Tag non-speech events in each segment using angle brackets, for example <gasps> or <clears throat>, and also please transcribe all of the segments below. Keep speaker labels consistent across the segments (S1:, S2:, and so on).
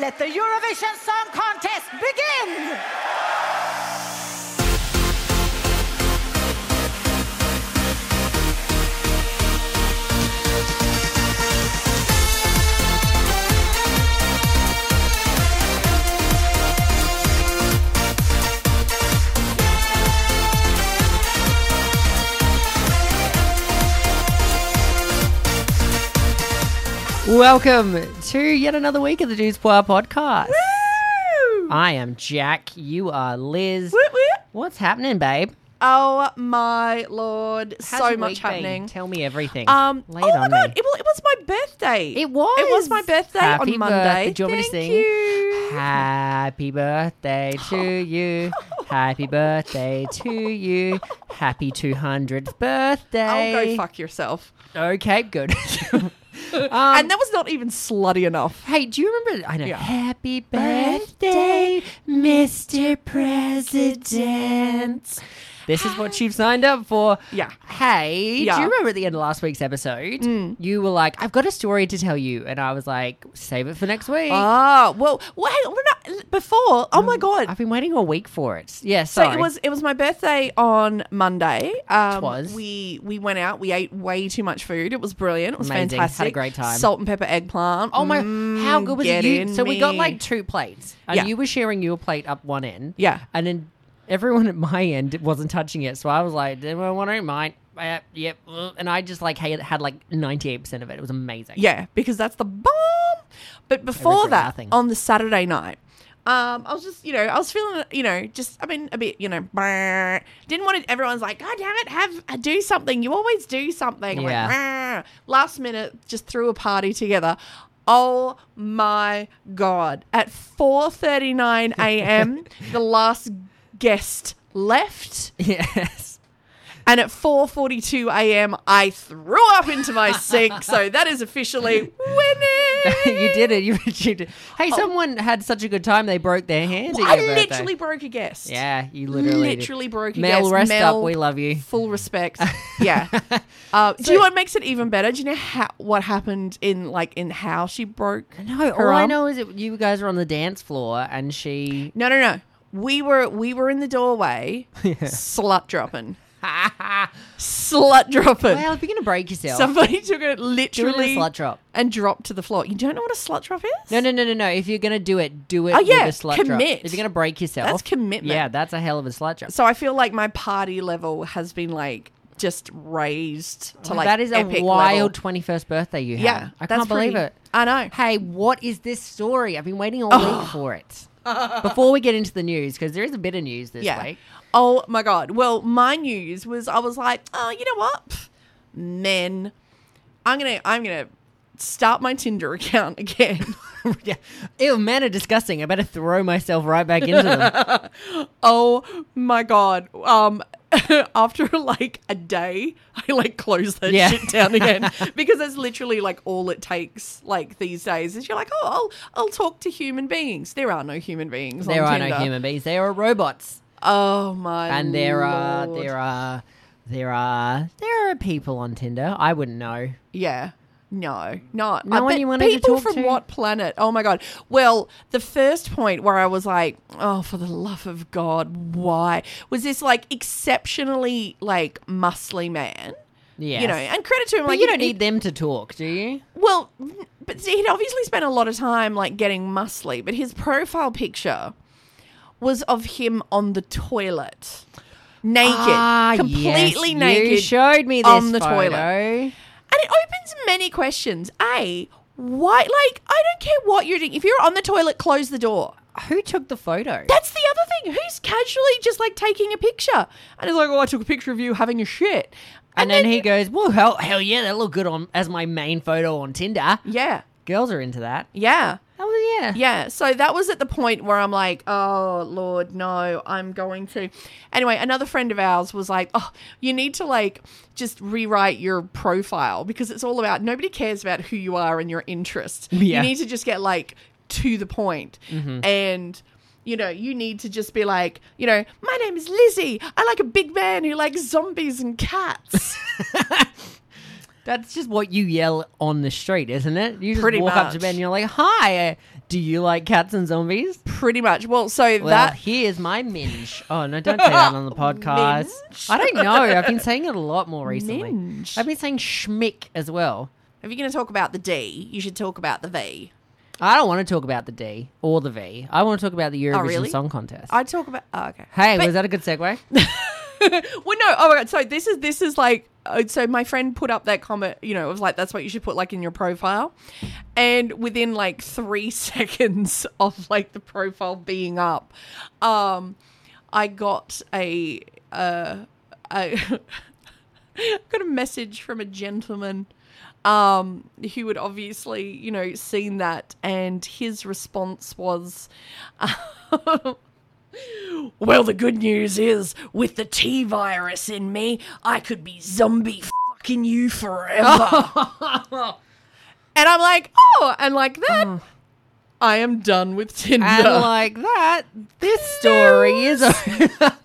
S1: Let the Eurovision Song Contest begin!
S2: Welcome to yet another week of the Dudes Poir podcast. I am Jack. You are Liz. What's happening, babe?
S3: Oh my lord!
S2: How's
S3: so
S2: your
S3: much
S2: week been?
S3: happening.
S2: Tell me everything.
S3: Um,
S2: Lay
S3: oh
S2: it
S3: my
S2: on
S3: god!
S2: me.
S3: It, well, it was my birthday.
S2: It was.
S3: It was my birthday
S2: Happy
S3: on Monday.
S2: birthday. Do you want me to
S3: Thank
S2: sing?
S3: you.
S2: Happy birthday to
S3: <laughs>
S2: you. Happy birthday to you. Happy 200th birthday.
S3: I'll go fuck yourself.
S2: Okay,
S3: <laughs>
S2: good. um,
S3: and that was not even slutty enough.
S2: Hey, do you remember? I know.
S3: Yeah.
S2: Happy birthday, Mr. President. This is what you've signed up for.
S3: Ah. Yeah.
S2: Hey, do
S3: Yeah. Mm.
S2: you remember at the end of last week's episode? You were like, I've got a story to tell you. And I was like, save it for next week.
S3: Ah, well, well, hang on, we're not before. Oh my god!
S2: I've been waiting a week for it. Yeah,
S3: So
S2: Mm, sorry.
S3: it was it was my birthday on Monday. Um,
S2: Twas.
S3: we we went out. We ate way too much food. It was brilliant. It was
S2: Amazing. Had a
S3: fantastic.
S2: great time.
S3: Salt and pepper eggplant.
S2: Oh my!
S3: Mm,
S2: how good was
S3: get
S2: it? You,
S3: in
S2: so we got
S3: me.
S2: like two plates, and
S3: Yeah.
S2: you were sharing your plate up one end.
S3: Yeah.
S2: and then everyone at my end wasn't touching it, so I was like, "Did anyone want any of mine?" Uh, yep, uh," and I just like had, had like ninety eight percent of it. It was amazing.
S3: Yeah, because that's the bomb. But before
S2: regret
S3: that,
S2: nothing.
S3: on the Saturday night, um, I was just, you know, I was feeling, you know, just, I mean, a bit, you know, brr. didn't want it. Everyone's like, God damn it, have, uh, do something. You always do something. I'm like, brr. last minute, just threw a party together. Oh my God. At
S2: <laughs>
S3: 4.39 a.m., the last guest left.
S2: <laughs> Yes. <laughs>
S3: And at 4:42 a.m., I threw up
S2: <laughs>
S3: into my sink, so that is officially
S2: you
S3: winning.
S2: did it. You <laughs> achieved it. Hey, someone had such a good time they broke their hand.
S3: Well,
S2: at
S3: I
S2: your birthday.
S3: literally broke a guest.
S2: Yeah, you literally.
S3: literally,
S2: did.
S3: broke a
S2: Mel,
S3: guest.
S2: rest
S3: Mel,
S2: up. We love you. <laughs>
S3: Full respect. Yeah. Uh, do you know what makes it even better? Do you know how, what happened in like in how she broke?
S2: No, all
S3: her
S2: I
S3: arm?
S2: know is that you guys were on the dance floor, and she.
S3: No, no, no. We were we were in the doorway,
S2: <laughs>
S3: slut dropping, slut dropping.
S2: Well, if you're gonna break yourself,
S3: Somebody <laughs> took it
S2: do it in a
S3: literally
S2: slut drop.
S3: and dropped to the floor. You don't know what a slut drop is?
S2: No, no, no, no, no. If you're gonna do it, do it.
S3: Oh, yeah,
S2: with a slut Drop.
S3: commit.
S2: If you're gonna break yourself,
S3: That's commitment.
S2: Yeah, that's a hell of a slut drop.
S3: So I feel like my party level has been like just raised to like
S2: Oh, that is a
S3: epic
S2: wild
S3: level.
S2: 21st birthday you had.
S3: Yeah,
S2: I
S3: that's
S2: can't believe
S3: pretty-
S2: it.
S3: I know. Oh.
S2: Hey, what is this story? I've been waiting all week for it. Before we get into the news, because there is a bit of news this
S3: Yeah.
S2: week. <laughs>
S3: Oh my god. Well, my news was I was like, oh, you know what, Pff, men, I'm gonna I'm gonna start my Tinder <laughs> account again. <laughs>
S2: yeah. Ew, men are disgusting. I better throw myself right back into
S3: <laughs>
S2: them.
S3: oh my god. Um. <laughs> After like a day, I like close that
S2: Yeah.
S3: shit
S2: <laughs>
S3: down again because that's literally like all it takes. Like these days, is you're like, oh, I'll I'll talk to human beings. There are no human beings.
S2: there
S3: on
S2: are
S3: Tinder.
S2: no human beings. There are robots.
S3: Oh my!
S2: And there are
S3: Oh, lord.
S2: there are there are there are people on Tinder. I wouldn't know.
S3: yeah. No, not
S2: No
S3: I
S2: one
S3: bet
S2: you wanted to
S3: people
S2: talk
S3: from
S2: to?
S3: what planet? Oh my god! Well, the first point where I was like, "Oh, for the love of God, why?" was this like exceptionally like muscly man,
S2: Yeah.
S3: you know? And credit to him,
S2: But
S3: like
S2: you
S3: he-
S2: don't
S3: he-
S2: need them to talk, do you?
S3: Well, but see, he'd obviously spent a lot of time like getting muscly, but his profile picture was of him on the toilet, naked,
S2: Ah,
S3: completely
S2: yes,
S3: naked.
S2: You showed me this
S3: on the
S2: photo.
S3: toilet. And it opens many questions. A, why? Like, I don't care what you're doing. If you're on the toilet, close the door.
S2: Who took the photo?
S3: That's the other thing. Who's casually just like taking a picture? And it's like, oh, I took a picture of you having a shit.
S2: and then, he goes, "Well, hell, hell yeah, that looked good on as my main photo on Tinder."
S3: Yeah.
S2: Girls are into that.
S3: Yeah.
S2: Oh yeah,
S3: Yeah. So that was at the point where I'm like, oh, Lord, no, I'm going to. Anyway, another friend of ours was like, oh, you need to like just rewrite your profile because it's all about nobody cares about who you are and your interests.
S2: Yeah. Mm-hmm.
S3: You need to just get like to the point and. You know, you need to just be like, you know, my name is
S2: <laughs>
S3: Lizzie. I like a big man who likes zombies and cats.
S2: That's just what you yell on the street, isn't it? You just
S3: Pretty
S2: walk up to
S3: much.
S2: Ben and you're like, "Hi, uh, do you like cats and zombies?"
S3: Pretty much. Well, so
S2: Well,
S3: that
S2: here's my minge. Oh no, don't say that on
S3: <laughs>
S2: the podcast.
S3: Minge?
S2: I don't know. I've been saying it a lot more recently.
S3: Minge.
S2: I've been saying schmick as well.
S3: if you're going to talk about the D, you should talk about the V.
S2: I don't want to talk about the D or the V. I want to talk about the Eurovision
S3: Oh, really?
S2: Song Contest.
S3: I talk about. Oh, okay.
S2: hey,
S3: But-
S2: was that a good
S3: <laughs>
S2: segue?
S3: well, no. Oh my god. So this is this is like. uh, So my friend put up that comment. You know, it was like that's what you should put like in your profile, and within like three <laughs> seconds of like the profile being up, um, I got a uh, a <laughs> got a message from a gentleman um who had obviously you know seen that and his response was well the good news is with the t virus in me i could be zombie fucking you forever and i'm like oh and like that i am done with tinder
S2: And like that, this story is over. <laughs>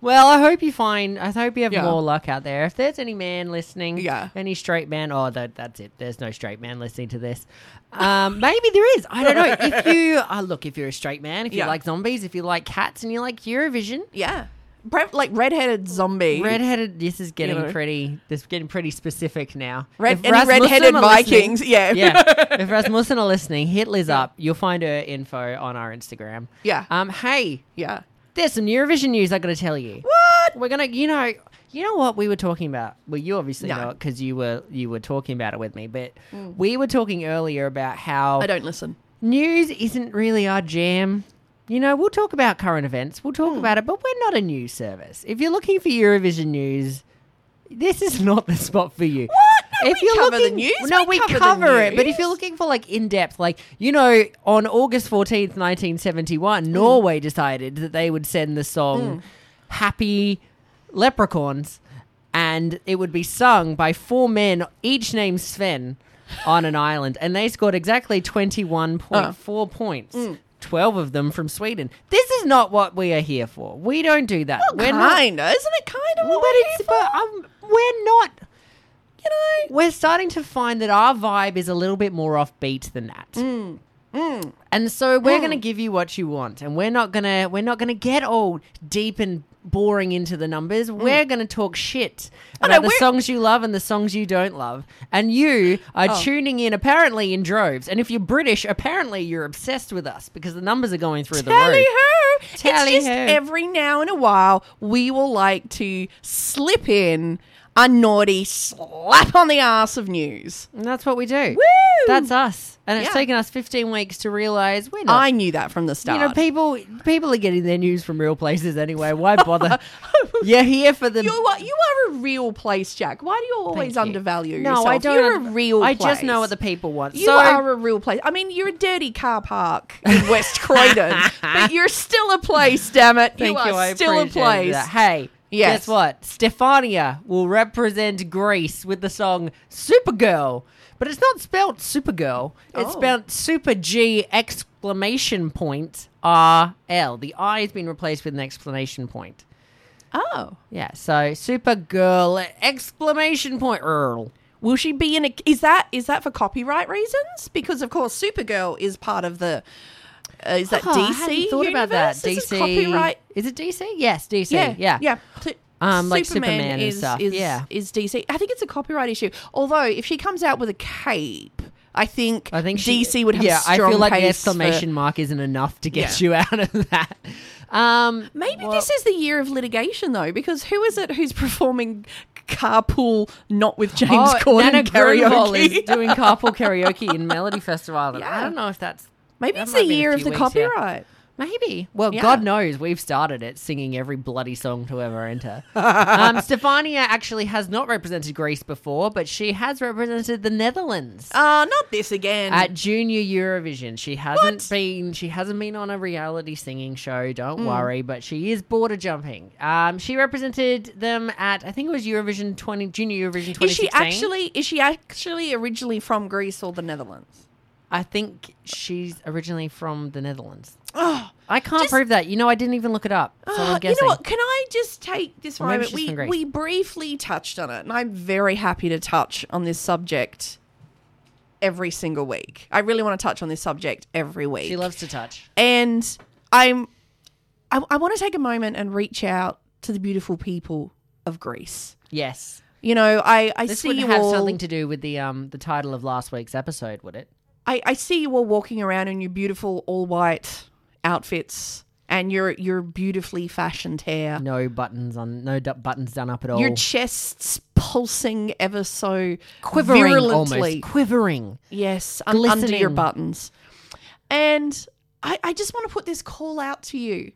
S2: well, I hope you find. I hope you have
S3: Yeah.
S2: more luck out there. If there's any man listening,
S3: Yeah.
S2: any straight man. Oh, that, that's it. There's no straight man listening to this. Um, <laughs> maybe there is. I don't know.
S3: <laughs>
S2: If you uh, look, if you're a straight man, if you
S3: Yeah.
S2: like zombies, if you like cats, and you like Eurovision.
S3: yeah Pre- like redheaded zombie
S2: Redheaded. This is getting
S3: know.
S2: pretty. This is getting pretty specific now.
S3: Red-
S2: If
S3: any
S2: Rasmussen
S3: redheaded
S2: are
S3: Vikings,
S2: listening-
S3: yeah.
S2: yeah. <laughs> If Rasmussen are listening, hit Liz up. You'll find her info on our Instagram.
S3: Yeah.
S2: Um. Hey,
S3: <laughs> yeah
S2: there's some Eurovision news I got to tell you.
S3: what
S2: We're gonna, you know, you know what we were talking about. Well, you obviously
S3: No. Mm.
S2: know it because you were you were talking about it with me. But we were talking earlier about how
S3: i don't listen
S2: news isn't really our jam. You know, we'll talk about current events, we'll
S3: Mm.
S2: talk about it, but we're not a news service. If you're looking for Eurovision news, this is not the spot for you. What?
S3: No, we cover the news.
S2: no, we,
S3: We cover the
S2: cover, it. But if
S3: news.
S2: you're looking for like in depth, like you know, on August fourteenth, nineteen seventy one, Norway decided that they would send the song "Happy Leprechauns," and it would be sung by four men, each named Sven, on an island, and they scored exactly twenty one point four points. 12 of them from Sweden. This is not what we are here for. We don't do that. we're not
S3: kind of isn't it kind of
S2: well, but it's but um, we're not.
S3: you know
S2: We're starting to find that our vibe is a little bit more offbeat than that.
S3: Mm,
S2: And so we're going to give you what you want, and we're not gonna we're not gonna get all deep and boring into the numbers. We're going to talk shit
S3: no,
S2: about the
S3: Mm. we're-
S2: songs you love and the songs you don't love. And you are
S3: Oh.
S2: tuning in apparently in droves. And if you're British, apparently you're obsessed with us because the numbers are going through the
S3: Tally
S2: roof.
S3: ho!
S2: Tally
S3: it's just
S2: ho.
S3: every now and a while we will like to slip in a naughty slap on the ass of news.
S2: And that's what we do. That's us. And it's
S3: Yeah.
S2: taken us 15 weeks to realize we're not
S3: I knew that from the
S2: You know,
S3: start.
S2: people people are getting their news from real places anyway. Why <laughs> bother? You're here for the.
S3: you are you are a real place, Jack. Why do you
S2: Thank
S3: always
S2: you.
S3: undervalue
S2: no,
S3: yourself?
S2: I don't.
S3: You're
S2: under-
S3: a real.
S2: I
S3: place.
S2: just know what the people want.
S3: You
S2: so
S3: are a real place. I mean, you're a dirty car park in
S2: <laughs>
S3: West Croydon, but you're still a place. Damn it,
S2: thank
S3: you are
S2: I
S3: still a
S2: appreciate
S3: place.
S2: that. Hey,
S3: Yes.
S2: guess what? Stefania will represent Greece with the song Supergirl, but it's not spelt Supergirl. It's
S3: Oh.
S2: spelled Super G exclamation point R L. The I has been replaced with an exclamation point.
S3: Oh,
S2: Yeah, so Supergirl exclamation point Earl.
S3: Will she be in a? Is that is that for copyright reasons? Because of course, Supergirl is part of the. Uh, is that
S2: Oh,
S3: DC?
S2: I hadn't thought about that.
S3: universe? Is
S2: DC
S3: it copyright.
S2: Is it DC? Yes, DC.
S3: Yeah,
S2: Yeah,
S3: yeah, T-
S2: Um, like Superman and stuff,
S3: Is,
S2: yeah.
S3: is DC? I think it's a copyright issue. Although, if she comes out with a cape, I think
S2: I think she-
S3: DC would have.
S2: Yeah,
S3: a strong
S2: I feel like the
S3: case
S2: exclamation mark isn't enough to get
S3: Yeah.
S2: you out of that. Um,
S3: For, maybe
S2: well,
S3: this is the year of litigation, though, because who is it who's <laughs> performing carpool not with James
S2: oh,
S3: Corden
S2: Nana Grunewald
S3: karaoke? <laughs>
S2: is doing carpool karaoke in Melody Festival.
S3: Yeah.
S2: I don't know if that's
S3: maybe
S2: that
S3: it's
S2: might
S3: the
S2: be in a
S3: year of
S2: few
S3: the
S2: weeks, yeah.
S3: copyright.
S2: Maybe. Well,
S3: Yeah.
S2: God knows we've started it singing every bloody song to ever enter.
S3: <laughs>
S2: um, Stefania actually has not represented Greece before, but she has represented the Netherlands.
S3: Uh, not this again.
S2: at junior eurovision she hasn't
S3: What? Mm.
S2: been she hasn't been on a reality singing show don't worry but she is border jumping um she represented them at i think it was eurovision 20 junior eurovision 2016
S3: Is she actually is she actually originally from Greece or the Netherlands?
S2: i think she's originally from the netherlands
S3: Oh,
S2: I can't
S3: Just-
S2: prove that. You know, I didn't even look it up. So
S3: Ah,
S2: I'm guessing.
S3: <gasps> You know what? Can I just take this
S2: Or maybe
S3: moment?
S2: she's
S3: We
S2: from Greece.
S3: we briefly touched on it, and I'm very happy to touch on this subject every single week. I really want to touch on this subject every week.
S2: She loves to touch.
S3: and I'm I, I want to take a moment and reach out to the beautiful people of Greece.
S2: Yes.
S3: You know, I I
S2: This
S3: see you
S2: wouldn't have
S3: all.
S2: something to do with the um the title of last week's episode, would it?
S3: I, I see you all walking around in your beautiful all white outfits and your your beautifully fashioned hair.
S2: No buttons on, no du- buttons done up at all.
S3: Your chest's pulsing ever so
S2: quivering
S3: virulently.
S2: almost, quivering.
S3: Yes, un- under your
S2: Glistening.
S3: buttons. And I, I just want to put this call out to you.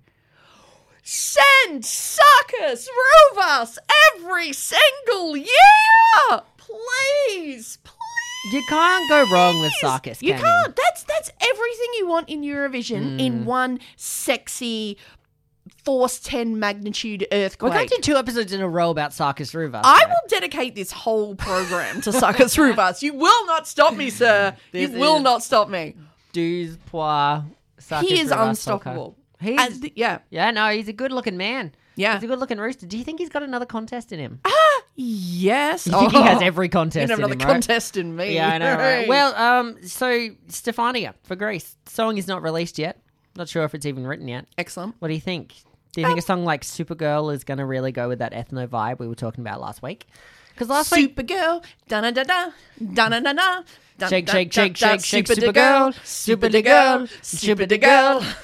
S3: Send suckers through us every single year, please, please.
S2: You can't go wrong with Sarkis.
S3: You
S2: can
S3: can't. That's that's everything you want in Eurovision in
S2: Mm.
S3: one sexy force ten magnitude
S2: We're
S3: earthquake.
S2: going to do two episodes in a row about Sarkis Ruva.
S3: I will dedicate this whole program to suckers
S2: <laughs>
S3: through us. You will not stop me, sir. you
S2: This
S3: will
S2: is-
S3: not stop me.
S2: Dues Poir. Sarkis
S3: he is
S2: Ruvas,
S3: unstoppable.
S2: Solka. He's
S3: As the- yeah,
S2: yeah, no, he's a good looking man.
S3: Yeah.
S2: he's a good looking rooster. Do you think he's got another contest in
S3: <laughs>
S2: him?
S3: yes.
S2: I think <laughs> he has
S3: Oh,
S2: every
S3: you
S2: contest
S3: know,
S2: in
S3: another
S2: him, right?
S3: contest in me.
S2: Yeah, I know.
S3: <laughs>
S2: Right? Well, um, so Stefania for Greece song is not released yet. Not sure if it's even written yet.
S3: excellent.
S2: What do you think? Do
S3: Um,
S2: you think a song like Supergirl is going to really go with that ethno vibe we were talking about last week? Because last week
S3: Supergirl, da da da da, da da da da.
S2: Shake, shake, shake, shake, shake,
S3: Super da
S2: Supergirl,
S3: girl,
S2: Super da
S3: super da
S2: girl,
S3: girl,
S2: Super
S3: super
S2: da
S3: da
S2: girl.
S3: girl.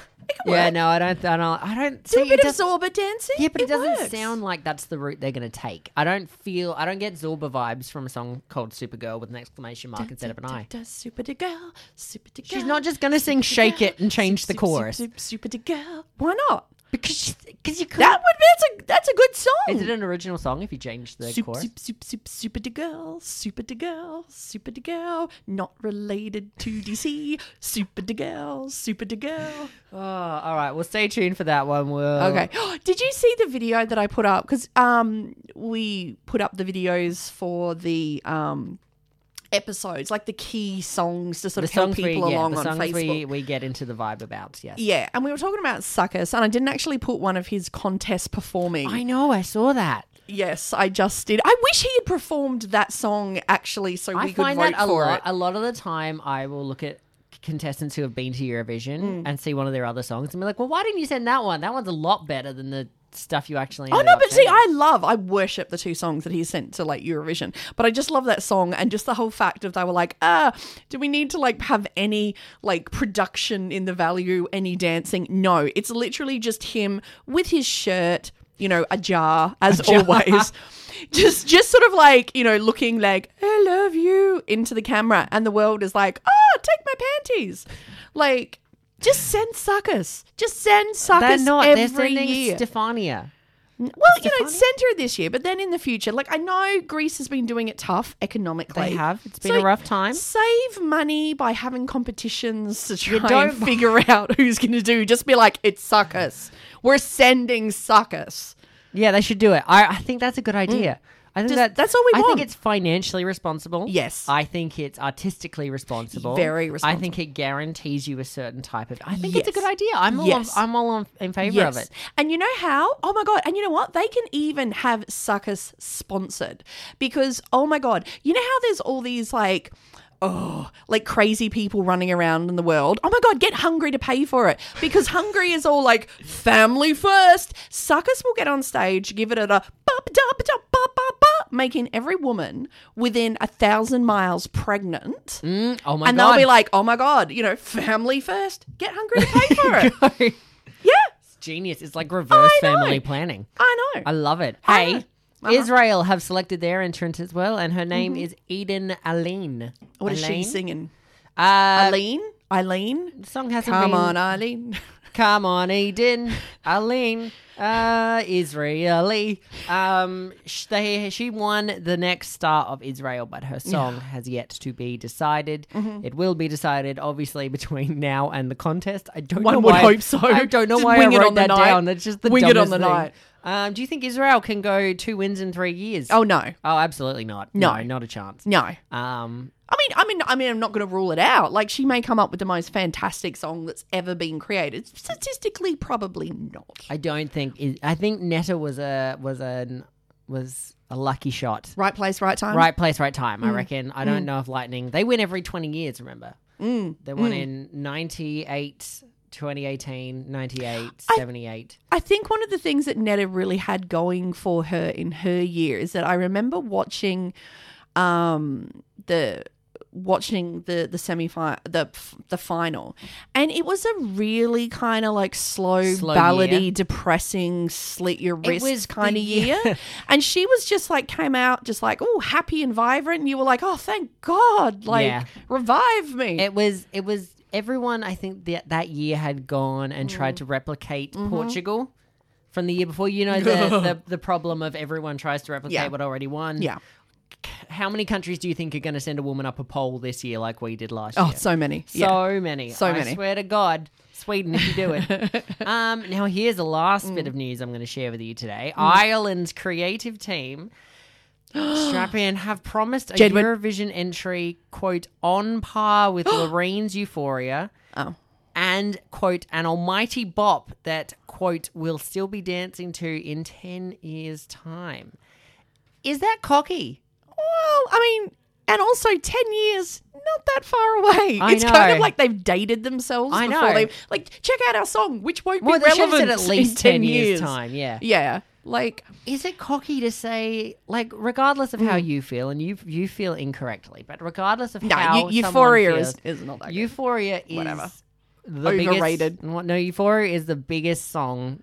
S2: Yeah, no, I don't. I don't. I don't.
S3: Do
S2: see,
S3: a bit
S2: it
S3: of
S2: does-
S3: Zorba dancing.
S2: Yeah, but it, doesn't
S3: works.
S2: sound like that's the route they're going to take. I don't feel. I don't get Zorba vibes from a song called Supergirl with an exclamation mark instead of an
S3: Da,
S2: I.
S3: da, Super da girl, super da girl.
S2: She's not just going to sing
S3: super da
S2: "Shake It"
S3: girl,
S2: and change
S3: sup,
S2: the
S3: sup, sup,
S2: chorus
S3: sup, Super da girl. Why not?
S2: because because you could.
S3: That would be that's a that's a good song.
S2: Is it an original song if you change the
S3: Super,
S2: chorus?
S3: super, super, super, super de girl, super de girl, super de girl, not related to DC, super de girl, super de girl.
S2: Oh, all right. Well, stay tuned for that one. We'll,
S3: Okay. <gasps> Did you see the video that I put up? Because um, we put up the videos for the um, episodes, like the key songs to sort
S2: The
S3: of help
S2: songs we,
S3: people
S2: yeah,
S3: along
S2: the
S3: on
S2: songs
S3: Facebook.
S2: we we get into the vibe about. Yes.
S3: Yeah, and we were talking about Suckers, and I didn't actually put one of his contest performing.
S2: I know. I saw that.
S3: yes, I just did. I wish he had performed that song actually, so
S2: I
S3: we could
S2: find
S3: vote
S2: that a
S3: for
S2: lot.
S3: it.
S2: A lot of the time, I will look at contestants who have been to Eurovision
S3: Mm.
S2: and see one of their other songs and be like, "Well, why didn't you send that one? That one's a lot better than the stuff you actually."
S3: Oh
S2: ended
S3: no,
S2: up
S3: but see,
S2: sending."
S3: I love, I worship the two songs that he sent to like Eurovision. But I just love that song and just the whole fact of they were like, ah, do we need to like have any like production in the value, any dancing? No, it's literally just him with his shirt, you know, ajar as always. <laughs> Just, just sort of like you know, looking like I love you into the camera, and the world is like, oh, take my panties, like. Just send suckers. Just send
S2: they're
S3: suckers
S2: not. They're
S3: every
S2: sending
S3: year.
S2: Stefania.
S3: Well, you know, it's centre this year, but then in the future, like I know Greece has been doing it tough economically.
S2: They have. It's been a rough time.
S3: Save money by having competitions to try
S2: don't-
S3: and figure <laughs> out who's going to do. Just be like, it's suckers. We're sending suckers.
S2: Yeah, they should do it. I, I think that's a good idea. I think
S3: Mm. Just-
S2: that,
S3: that's all we
S2: I
S3: want.
S2: think it's financially responsible.
S3: Yes.
S2: I think it's artistically responsible.
S3: Very
S2: I think it guarantees you a certain type of. I think it's a
S3: Yes.
S2: good idea. I'm all.
S3: Yes.
S2: I'm all on, in favor of it.
S3: And you know how? Oh my god! And you know what? They can even have suckers sponsored because oh my god! You know how there's all these like. Oh, like crazy people running around in the world. Oh my God, get Hungry to pay for it because Hungary is all like family first. Suckers will get on stage, give it a da- bop, da- ba- da- bop, bop, bop, making every woman within a thousand miles pregnant.
S2: Mm, oh my
S3: and
S2: god!
S3: they'll be like, oh my God, you know, family first, get Hungry to pay
S2: <laughs>
S3: for it.
S2: like,
S3: yeah.
S2: genius. It's like reverse
S3: I know.
S2: family planning.
S3: I know.
S2: I love it.
S3: I
S2: Hey,
S3: know. Uh-huh.
S2: Israel have selected their entrant as well, and her name is Eden Aline.
S3: Mm-hmm. what is
S2: Aline?
S3: she singing?
S2: Uh,
S3: Eileen? Eileen?
S2: the song hasn't
S3: Come
S2: been.
S3: on, Eileen. <laughs>
S2: Come on, Eden, Aline, uh, Israeli. Um, sh- they, she won the next star of Israel, but her song has yet to be decided.
S3: Mm-hmm.
S2: It will be decided, obviously, between now and the contest. I don't
S3: One
S2: know
S3: would
S2: why-
S3: hope so.
S2: I don't know
S3: Just
S2: why
S3: wing
S2: I
S3: it
S2: wrote
S3: on the
S2: that
S3: night.
S2: down. That's just the
S3: Wing it on
S2: dumbest
S3: the
S2: thing.
S3: night.
S2: Um, do you think Israel can go two wins in three years?
S3: Oh, no.
S2: Oh, absolutely not.
S3: No.
S2: not a chance.
S3: No.
S2: Um,
S3: I mean, I mean, I mean, I'm not going to rule it out. Like she may come up with the most fantastic song that's ever been created. Statistically, probably not.
S2: I don't think. It, I think Netta was a was a was a lucky shot.
S3: Right place, right Mm. time.
S2: Right place, right time. I reckon. I don't know if Lightning. They win every twenty years. Remember,
S3: Mm.
S2: they won in 98, 2018, 98, 78.
S3: <gasps> I think one of the things that Netta really had going for her in her year is that I remember watching um the watching the the semi the f- the final and it was a really kind of like slow,
S2: Slow
S3: ballady
S2: year.
S3: depressing slit your
S2: was
S3: wrist
S2: the
S3: kind of year
S2: <laughs>
S3: and she was just like came out just like oh happy and vibrant and you were like oh thank god like
S2: Yeah.
S3: revive me
S2: It was. It was. Everyone, I think that that year had gone and
S3: Mm.
S2: tried to replicate
S3: Mm-hmm.
S2: Portugal from the year before. You know
S3: <laughs>
S2: the, the the problem of everyone tries to replicate
S3: Yeah.
S2: what already won.
S3: yeah
S2: How many countries do you think are going to send a woman up a pole this year, like we did last
S3: oh
S2: year?
S3: so many yeah.
S2: So many.
S3: So
S2: I
S3: many.
S2: swear to God, Sweden, if you do it. um, now, here's the last bit of news I'm going to share with you today. Ireland's creative team, strap in, have promised a
S3: Jedward.
S2: Eurovision entry, quote, on par with Lorraine's Euphoria.
S3: Oh.
S2: And, quote, an almighty bop that, quote, will still be dancing to in 10 years' time. Is that cocky?
S3: Well, I mean, and also ten years, not that far away.
S2: I
S3: it's kind
S2: know.
S3: of like they've dated themselves.
S2: I
S3: before
S2: know.
S3: They, like, check out our song, which won't
S2: Well,
S3: be
S2: they should have
S3: relevant
S2: said at least 10,
S3: in ten
S2: years. time, yeah.
S3: Yeah, like
S2: is it cocky to say like regardless of how you feel and you you feel incorrectly but regardless of
S3: Hmm. no,
S2: how
S3: eu-
S2: someone
S3: Euphoria
S2: feels,
S3: is, is not that. Good.
S2: euphoria is
S3: Whatever.
S2: the
S3: Overrated.
S2: biggest, no euphoria is the biggest song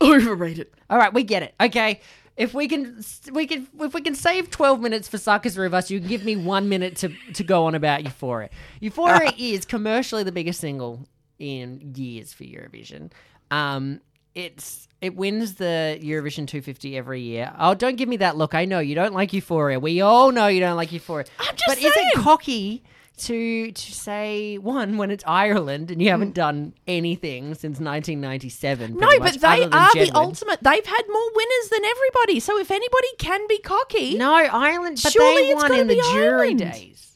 S3: Overrated.
S2: all right we get it okay if we can we can if we can save 12 minutes for Suckers Rivers you can give me 1 minute to to go on about euphoria
S3: <laughs>
S2: euphoria is commercially the biggest single in years for Eurovision um it's it wins the Eurovision 250 every year. Oh, don't give me that look. I know you don't like Euphoria. We all know you don't like Euphoria.
S3: I'm just
S2: but is
S3: saying.
S2: it cocky to to say one when it's Ireland and you haven't done anything since 1997?
S3: Mm. No,
S2: pretty
S3: but
S2: much,
S3: they
S2: other than
S3: are the
S2: Jedward.
S3: ultimate. They've had more winners than everybody. So if anybody can be cocky,
S2: No, Ireland. But
S3: Surely
S2: they
S3: it's
S2: won
S3: gotta
S2: in the
S3: be
S2: jury
S3: Ireland.
S2: days.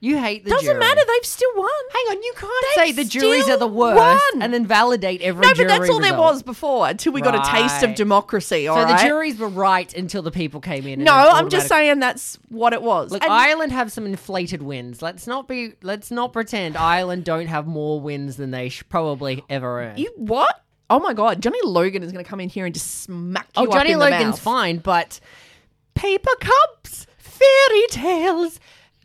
S2: You hate the
S3: doesn't
S2: jury.
S3: matter. They've still won.
S2: Hang on, you can't say
S3: They've
S2: the juries are the
S3: still
S2: worst
S3: won.
S2: and then validate every
S3: No,
S2: jury
S3: but that's all there
S2: result.
S3: was before until we got a taste of
S2: Right.
S3: democracy. All
S2: So
S3: right.
S2: the juries were right until the people came in. and
S3: No,
S2: it
S3: I'm
S2: automatic-
S3: just saying that's what it was.
S2: Look,
S3: And-
S2: Ireland have some inflated wins. Let's not be. Let's not pretend Ireland don't have more wins than they sh- probably ever earn.
S3: You what? Oh my god, Johnny Logan is going to come in here and just smack you
S2: oh,
S3: up
S2: Johnny
S3: in the
S2: Logan's
S3: mouth.
S2: fine, but paper cups, fairy tales,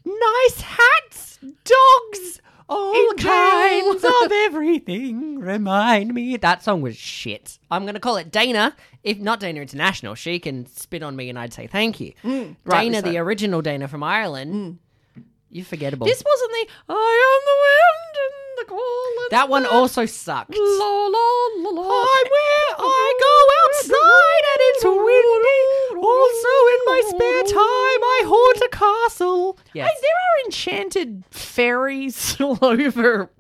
S2: nice hats, dogs, all
S3: It
S2: kinds
S3: will.
S2: of
S3: <laughs>
S2: everything. Remind me. That song was shit. I'm going to call it Dana. If not Dana International, she can spit on me and I'd say thank you.
S3: rightly
S2: Dana,
S3: Mm, so. Mm.
S2: the original Dana from Ireland, you're forgettable.
S3: This wasn't the I am the wind and the call. And
S2: that one
S3: the
S2: also sucked.
S3: La la la la.
S2: I where I go outside and it's windy. Also, in my spare time, I haunt a castle. Yes.
S3: Hey, there are enchanted fairies <laughs> all over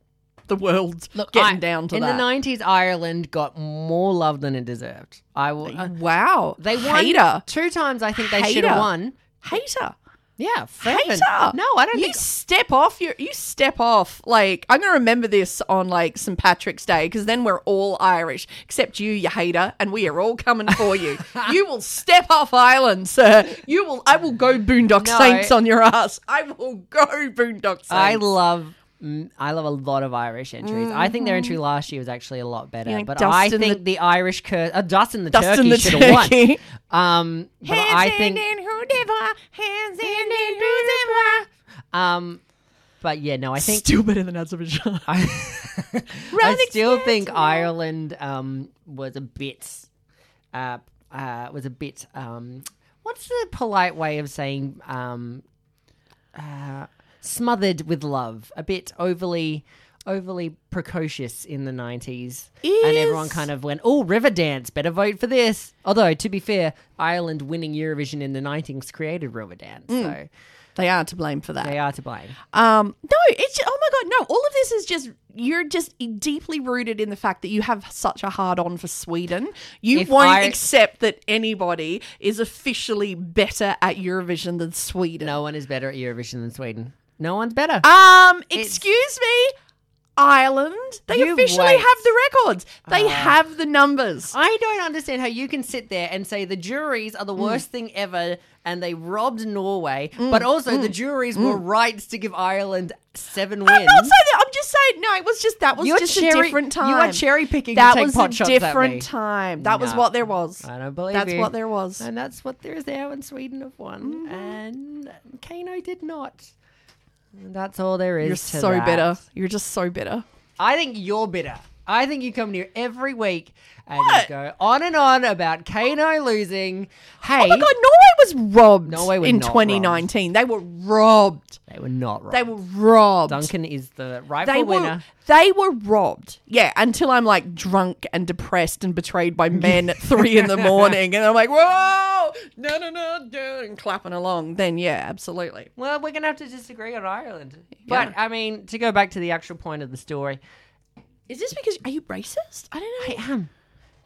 S3: the world. getting
S2: I-
S3: down to
S2: in
S3: that.
S2: the nineties, Ireland got more love than it deserved. I will. uh,
S3: wow,
S2: they won
S3: hater,
S2: two times. I think they should
S3: Hater.
S2: have won.
S3: hater.
S2: Yeah,
S3: Hater.
S2: seven. No, I don't
S3: you
S2: think.
S3: step off your you step off. Like I'm gonna remember this on like St. Patrick's Day, because then we're all Irish, except you, you hater, and we are all coming
S2: <laughs>
S3: for you. you will step off Ireland, sir. You will I will go boondock
S2: No.
S3: saints on your ass. I will go boondock saints.
S2: I love. mm, I love a lot of Irish entries. I think their entry last year was actually a lot better,
S3: Yeah,
S2: but
S3: Mm-hmm. Dust
S2: I
S3: in
S2: think the, Irish cur- uh, Dust in the
S3: Dust in
S2: Turkey
S3: the
S2: should have won.
S3: turkey.
S2: Um, but I think
S3: in whoever, hands in in whoever.
S2: Um, but yeah, no, I think
S3: Still better than Azerbaijan.
S2: I,
S3: Round
S2: still
S3: expands
S2: think
S3: now.
S2: Ireland um was a bit uh uh was a bit um what's the polite way of saying um uh smothered with love, a bit overly overly precocious in the 90s and everyone
S3: Is-
S2: kind of went oh riverdance better vote for this although to be fair ireland winning eurovision in the 90s created riverdance
S3: Mm.
S2: so
S3: They are to blame for that.
S2: they are to blame
S3: Um, no, it's oh my god, no. All of this is just you're just e, deeply rooted in the fact that you have such a hard on for Sweden. You
S2: If
S3: won't
S2: I-
S3: accept that anybody is officially better at Eurovision than Sweden.
S2: no one is better at eurovision than sweden No one's better.
S3: Um, excuse me, Ireland. They
S2: You
S3: officially
S2: wait. Ah.
S3: have the records. They have the numbers.
S2: I don't understand how you can sit there and say the juries
S3: Mm.
S2: are the worst thing ever and they robbed Norway, but also the
S3: Mm.
S2: juries were right to give Ireland seven
S3: <laughs>
S2: wins.
S3: I'm not saying that. I'm just saying no. It was just that was
S2: You're
S3: just
S2: cherry-
S3: a different time.
S2: you are cherry picking to
S3: That
S2: take
S3: was
S2: pot
S3: a
S2: shots at
S3: different
S2: me.
S3: time. That was
S2: No.
S3: what there was.
S2: I don't believe
S3: That's
S2: you.
S3: what there was. Mm-hmm.
S2: And that's what there is now, and Sweden have won, and Kano did not. And that's all there is
S3: You're
S2: to
S3: so
S2: that.
S3: bitter. You're just so bitter.
S2: I think you're bitter. I think you come here every week and you
S3: What?
S2: go on and on about Kano losing. Hey,
S3: Oh my god, Norway was robbed
S2: Norway were
S3: in
S2: not
S3: 2019. They were robbed.
S2: they were not right.
S3: They were robbed.
S2: Duncan is the rightful
S3: they were
S2: winner.
S3: they were robbed. Yeah, until I'm like drunk and depressed and betrayed by men at
S2: <laughs>
S3: three in the morning, and I'm like, whoa, no, no, no, no, and clapping along. Then yeah, absolutely.
S2: Well, we're gonna have to disagree on Ireland. But I mean, to go back to the actual point of the story,
S3: Is this because are you racist? I don't know.
S2: am.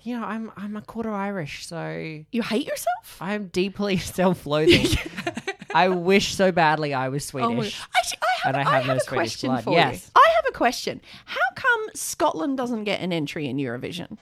S2: You know, I'm I'm a quarter Irish, so
S3: you hate yourself?
S2: I'm deeply <laughs>
S3: <laughs>
S2: self-loathing. I wish so badly I was
S3: Oh my-
S2: Swedish.
S3: Actually, I
S2: And
S3: have,
S2: I
S3: I
S2: have no
S3: have a
S2: Swedish
S3: question
S2: blood.
S3: for
S2: Yes.
S3: you. I have a question. How come Scotland doesn't get an entry in Eurovision?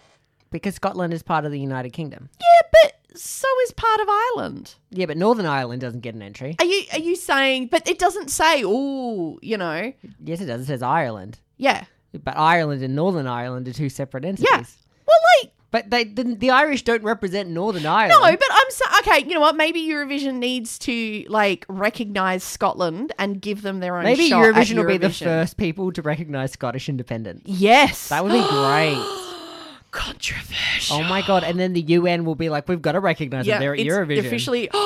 S2: because Scotland is part of the United Kingdom.
S3: Yeah, but so is part of Ireland.
S2: Yeah, but Northern Ireland doesn't get an entry.
S3: Are you are you saying? But it doesn't say. Oh, you know.
S2: Yes, it does. It says Ireland.
S3: Yeah.
S2: But Ireland and Northern Ireland are two separate entities.
S3: Yeah. Well, like
S2: But they the, the Irish don't represent Northern
S3: no,
S2: Ireland.
S3: but I'm so okay. You know what? Maybe Eurovision needs to like recognize Scotland and give them their own.
S2: Maybe
S3: shot at
S2: Eurovision, will be the
S3: Eurovision.
S2: first people to recognize Scottish independence.
S3: Yes.
S2: That would
S3: <gasps>
S2: be great.
S3: controversial.
S2: Oh my god! And then the UN will be like, we've got to recognize that they're at
S3: it's
S2: Eurovision.
S3: Officially. <gasps>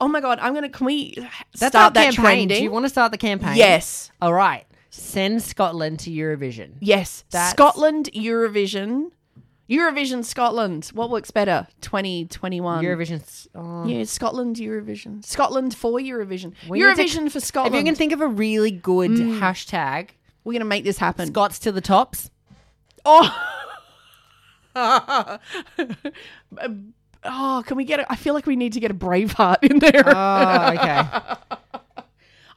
S3: Oh my god! I'm gonna. Can we
S2: That's
S3: start
S2: our
S3: that
S2: campaign.
S3: trending?
S2: Do you want to start the campaign?
S3: yes.
S2: All right. Send Scotland to Eurovision.
S3: Yes.
S2: That's-
S3: Scotland Eurovision. Eurovision Scotland. What works better? 2021.
S2: Eurovision. s- Oh.
S3: Yeah, Scotland Eurovision. Scotland for Eurovision.
S2: We need to-
S3: Eurovision for
S2: If
S3: Scotland. Mm.
S2: you can think of a really good hashtag,
S3: We're going to make this happen.
S2: Scots to the
S3: <laughs>
S2: tops.
S3: oh. <laughs> oh, can we get it? I feel like we need to get a Braveheart in there.
S2: Oh, okay.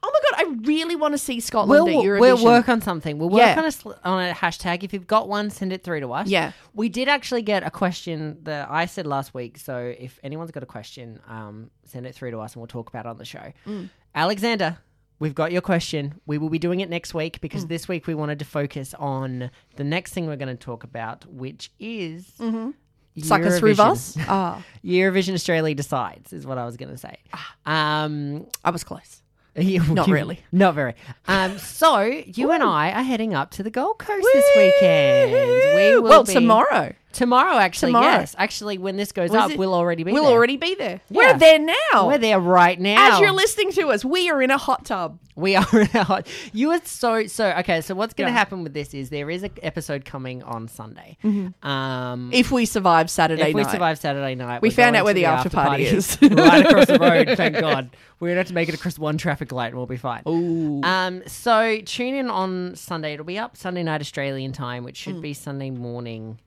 S3: oh my God, I really want to see Scotland
S2: we'll,
S3: at Eurovision.
S2: we'll work on something. We'll work
S3: Yeah.
S2: on, a sl- on a hashtag. If you've got one, send it through to us.
S3: Yeah.
S2: We did actually get a question that I said last week. So if anyone's got a question, um, send it through to us and we'll talk about it on the show.
S3: Mm.
S2: Alexander, we've got your question. We will be doing it next week because
S3: Mm.
S2: this week we wanted to focus on the next thing we're going to talk about, which is.
S3: Mm-hmm. Suck us through
S2: Eurovision.
S3: us. <laughs> Ah,
S2: Eurovision Australia decides is what I was going to say.
S3: Ah.
S2: Um,
S3: I was close.
S2: you-
S3: Not
S2: you-
S3: really.
S2: Not very. Um, so you and I are heading up to the Gold Coast this weekend. We will
S3: well,
S2: be-
S3: tomorrow.
S2: Tomorrow, actually.
S3: Tomorrow.
S2: Yes, actually, when this goes
S3: Was
S2: up,
S3: it-
S2: we'll already be
S3: We'll
S2: there.
S3: already be there.
S2: Yeah.
S3: We're there now.
S2: We're there right now.
S3: As you're listening to us, we are in a hot tub.
S2: we are <laughs> out. You are so so okay. So what's going to
S3: Yeah.
S2: happen with this is there is an episode coming on Sunday.
S3: Mm-hmm.
S2: Um,
S3: If we survive Saturday
S2: if we
S3: night.
S2: survive Saturday night,
S3: We
S2: we're
S3: found
S2: going
S3: out where
S2: to
S3: the after party is.
S2: <laughs> right across the road.
S3: <laughs>
S2: Thank God, we're gonna have to make it across one traffic light, and we'll be fine.
S3: Ooh.
S2: Um, so tune in on Sunday. It'll be up Sunday night Australian time, which
S3: Mm.
S2: should be Sunday morning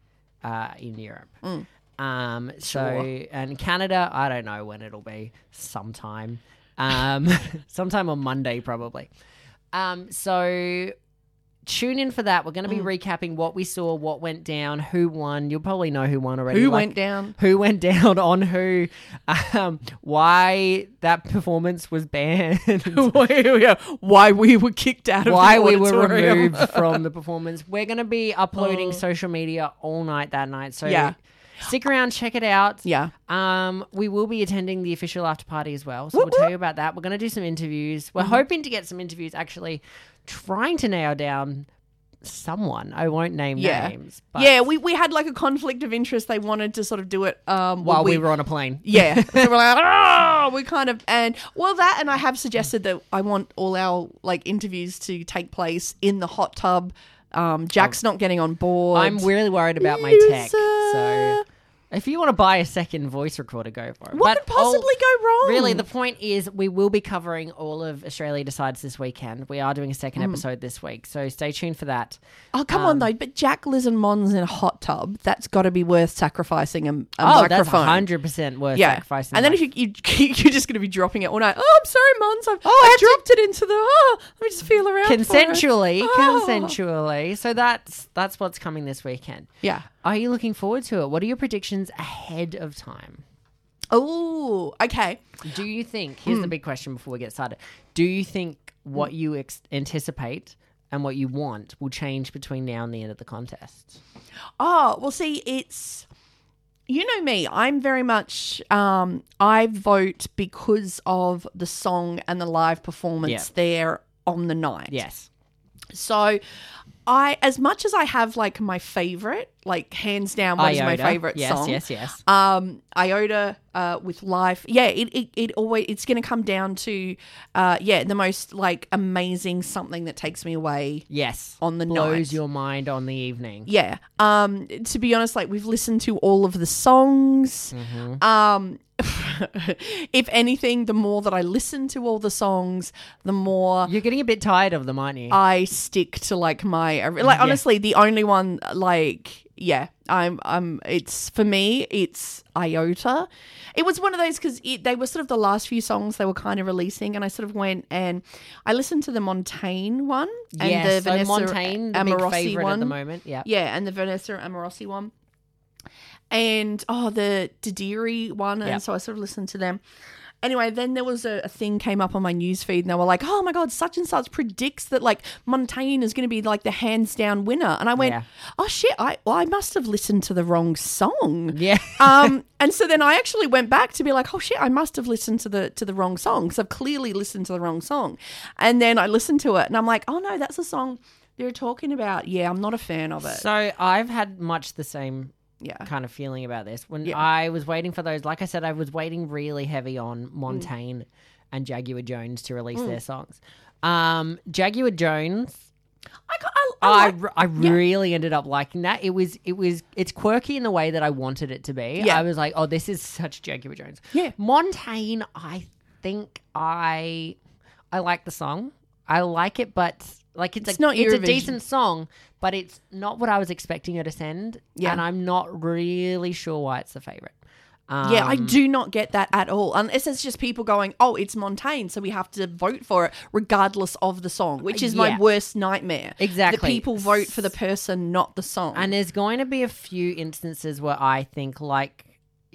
S2: uh, in Europe. Um, so and Canada, I don't know when it'll be. Sometime, um, <laughs> sometime on Monday probably. Um, so tune in for that. We're going to
S3: Mm.
S2: be recapping what we saw, what went down, who won. You'll probably know who won already.
S3: Who
S2: like-
S3: went down?
S2: <laughs> Who went down on who? Um, why that performance was
S3: <laughs>
S2: banned?
S3: why we were kicked out of
S2: why
S3: the
S2: we were
S3: auditorium.
S2: removed from the performance. We're going to be uploading social media all night that night. So
S3: Oh. Yeah.
S2: stick around, check it out.
S3: Yeah.
S2: Um, we will be attending the official after party as well. So we'll tell you about that. We're going to do some interviews.
S3: Mm-hmm.
S2: We're hoping to get some interviews actually trying to nail down someone. I won't name
S3: <laughs> Yeah.
S2: names.
S3: yeah, we, we had like a conflict of interest. They wanted to sort of do it um,
S2: While we, were on a plane. <laughs>
S3: yeah, so we're like, oh, we kind of and well that and I have suggested that I want all our like interviews to take place in the hot
S2: Oh.
S3: tub. Um, Jack's not getting on board.
S2: I'm really worried about my tech. So
S3: Loser.
S2: If you want to buy a second voice recorder, go for it.
S3: What could possibly go wrong?
S2: Really, the point is we will be covering all of Australia Decides this weekend. We are doing a second
S3: Hmm.
S2: episode this week, so stay tuned for that.
S3: Oh, come
S2: Um,
S3: on though. But Jack, Liz, and Mon's in a hot tub. That's got to be worth sacrificing a, a
S2: oh, that's
S3: microphone.
S2: hundred percent worth sacrificing.
S3: And then
S2: that.
S3: if you, you <laughs> you're just going to be dropping it all night. Oh, I'm sorry, Mons. I've,
S2: I
S3: I
S2: had to-
S3: dropped it into the. Oh, let me just feel around. for it."
S2: consensually,
S3: Oh.
S2: consensually. So that's that's what's coming this weekend.
S3: Yeah.
S2: Are you looking forward to it? What are your predictions ahead of time?
S3: Oh, okay.
S2: Do you think? <clears throat> Here's the big question before we get started. Do you think what you ex- anticipate and what you want will change between now and the end of the contest?
S3: Oh, well, see, it's. You know me, I'm very much. Um, I vote because of the song and the live performance
S2: Yeah.
S3: there on the night.
S2: Yes.
S3: So I as much as I have like my favorite, like hands down what is
S2: Iota.
S3: my favorite
S2: yes,
S3: song.
S2: Yes, yes,
S3: Um Iota uh with life. Yeah, it it, it always it's going to come down to uh yeah, the most like amazing something that takes me away.
S2: yes.
S3: On the
S2: Blows
S3: night.
S2: your mind on the evening.
S3: Yeah. Um to be honest like we've listened to all of the songs. Um <laughs> if anything the more that I listen to all the songs, the more
S2: You're getting a bit tired of them, aren't you?
S3: I stick to like my uh, like honestly the only one like yeah I'm I'm it's for me it's Iota. It was one of those because they were sort of the last few songs they were kind of releasing, and I sort of went and I listened to the Montaigne one and
S2: yes.
S3: the
S2: so
S3: Vanessa
S2: Montaigne, the big
S3: Amorosi
S2: favorite
S3: one.
S2: at the moment. Yeah.
S3: Yeah, and the Vanessa Amorosi one. And oh, the Didiri one.
S2: Yeah.
S3: And so I sort of listened to them. Anyway, then there was a, a thing came up on my newsfeed, and they were like, "Oh my god, such and such predicts that like Montaigne is going to be like the hands down winner." And I went,
S2: Yeah.
S3: "Oh shit, I well, I must have listened to the wrong song."
S2: Yeah.
S3: <laughs>
S2: <laughs>
S3: um, and so then I actually went back to be like, oh shit, I must have listened to the to the wrong song. So I've clearly listened to the wrong song. And then I listened to it and I'm like, oh no, that's a song they're talking about. Yeah, I'm not a fan of it.
S2: So I've had much the same
S3: yeah.
S2: kind of feeling about this. When
S3: Yeah.
S2: I was waiting for those, like I said, I was waiting really heavy on
S3: Mm.
S2: Montaigne and Jaguar Jones to release their songs. Um, Jaguar Jones,
S3: I, ca- I, I
S2: I,
S3: like-
S2: r- I really ended up liking that. It was it was it's quirky in the way that I wanted it to be.
S3: Yeah.
S2: I was like, oh, this is such Jaguar Jones.
S3: Yeah.
S2: Montaigne, I think I I like the song. I like it, but like it's,
S3: It's
S2: a,
S3: not
S2: it's a
S3: Eurovision.
S2: decent song, but it's not what I was expecting her to send.
S3: Yeah.
S2: And I'm not really sure why it's the favorite. Um,
S3: yeah, I do not get that at all. Unless it's just people going, oh, it's Montaigne, so we have to vote for it regardless of the song, which is
S2: Yeah.
S3: my worst nightmare. That
S2: Exactly.
S3: people vote for the person, not the song.
S2: And there's going to be a few instances where I think, like,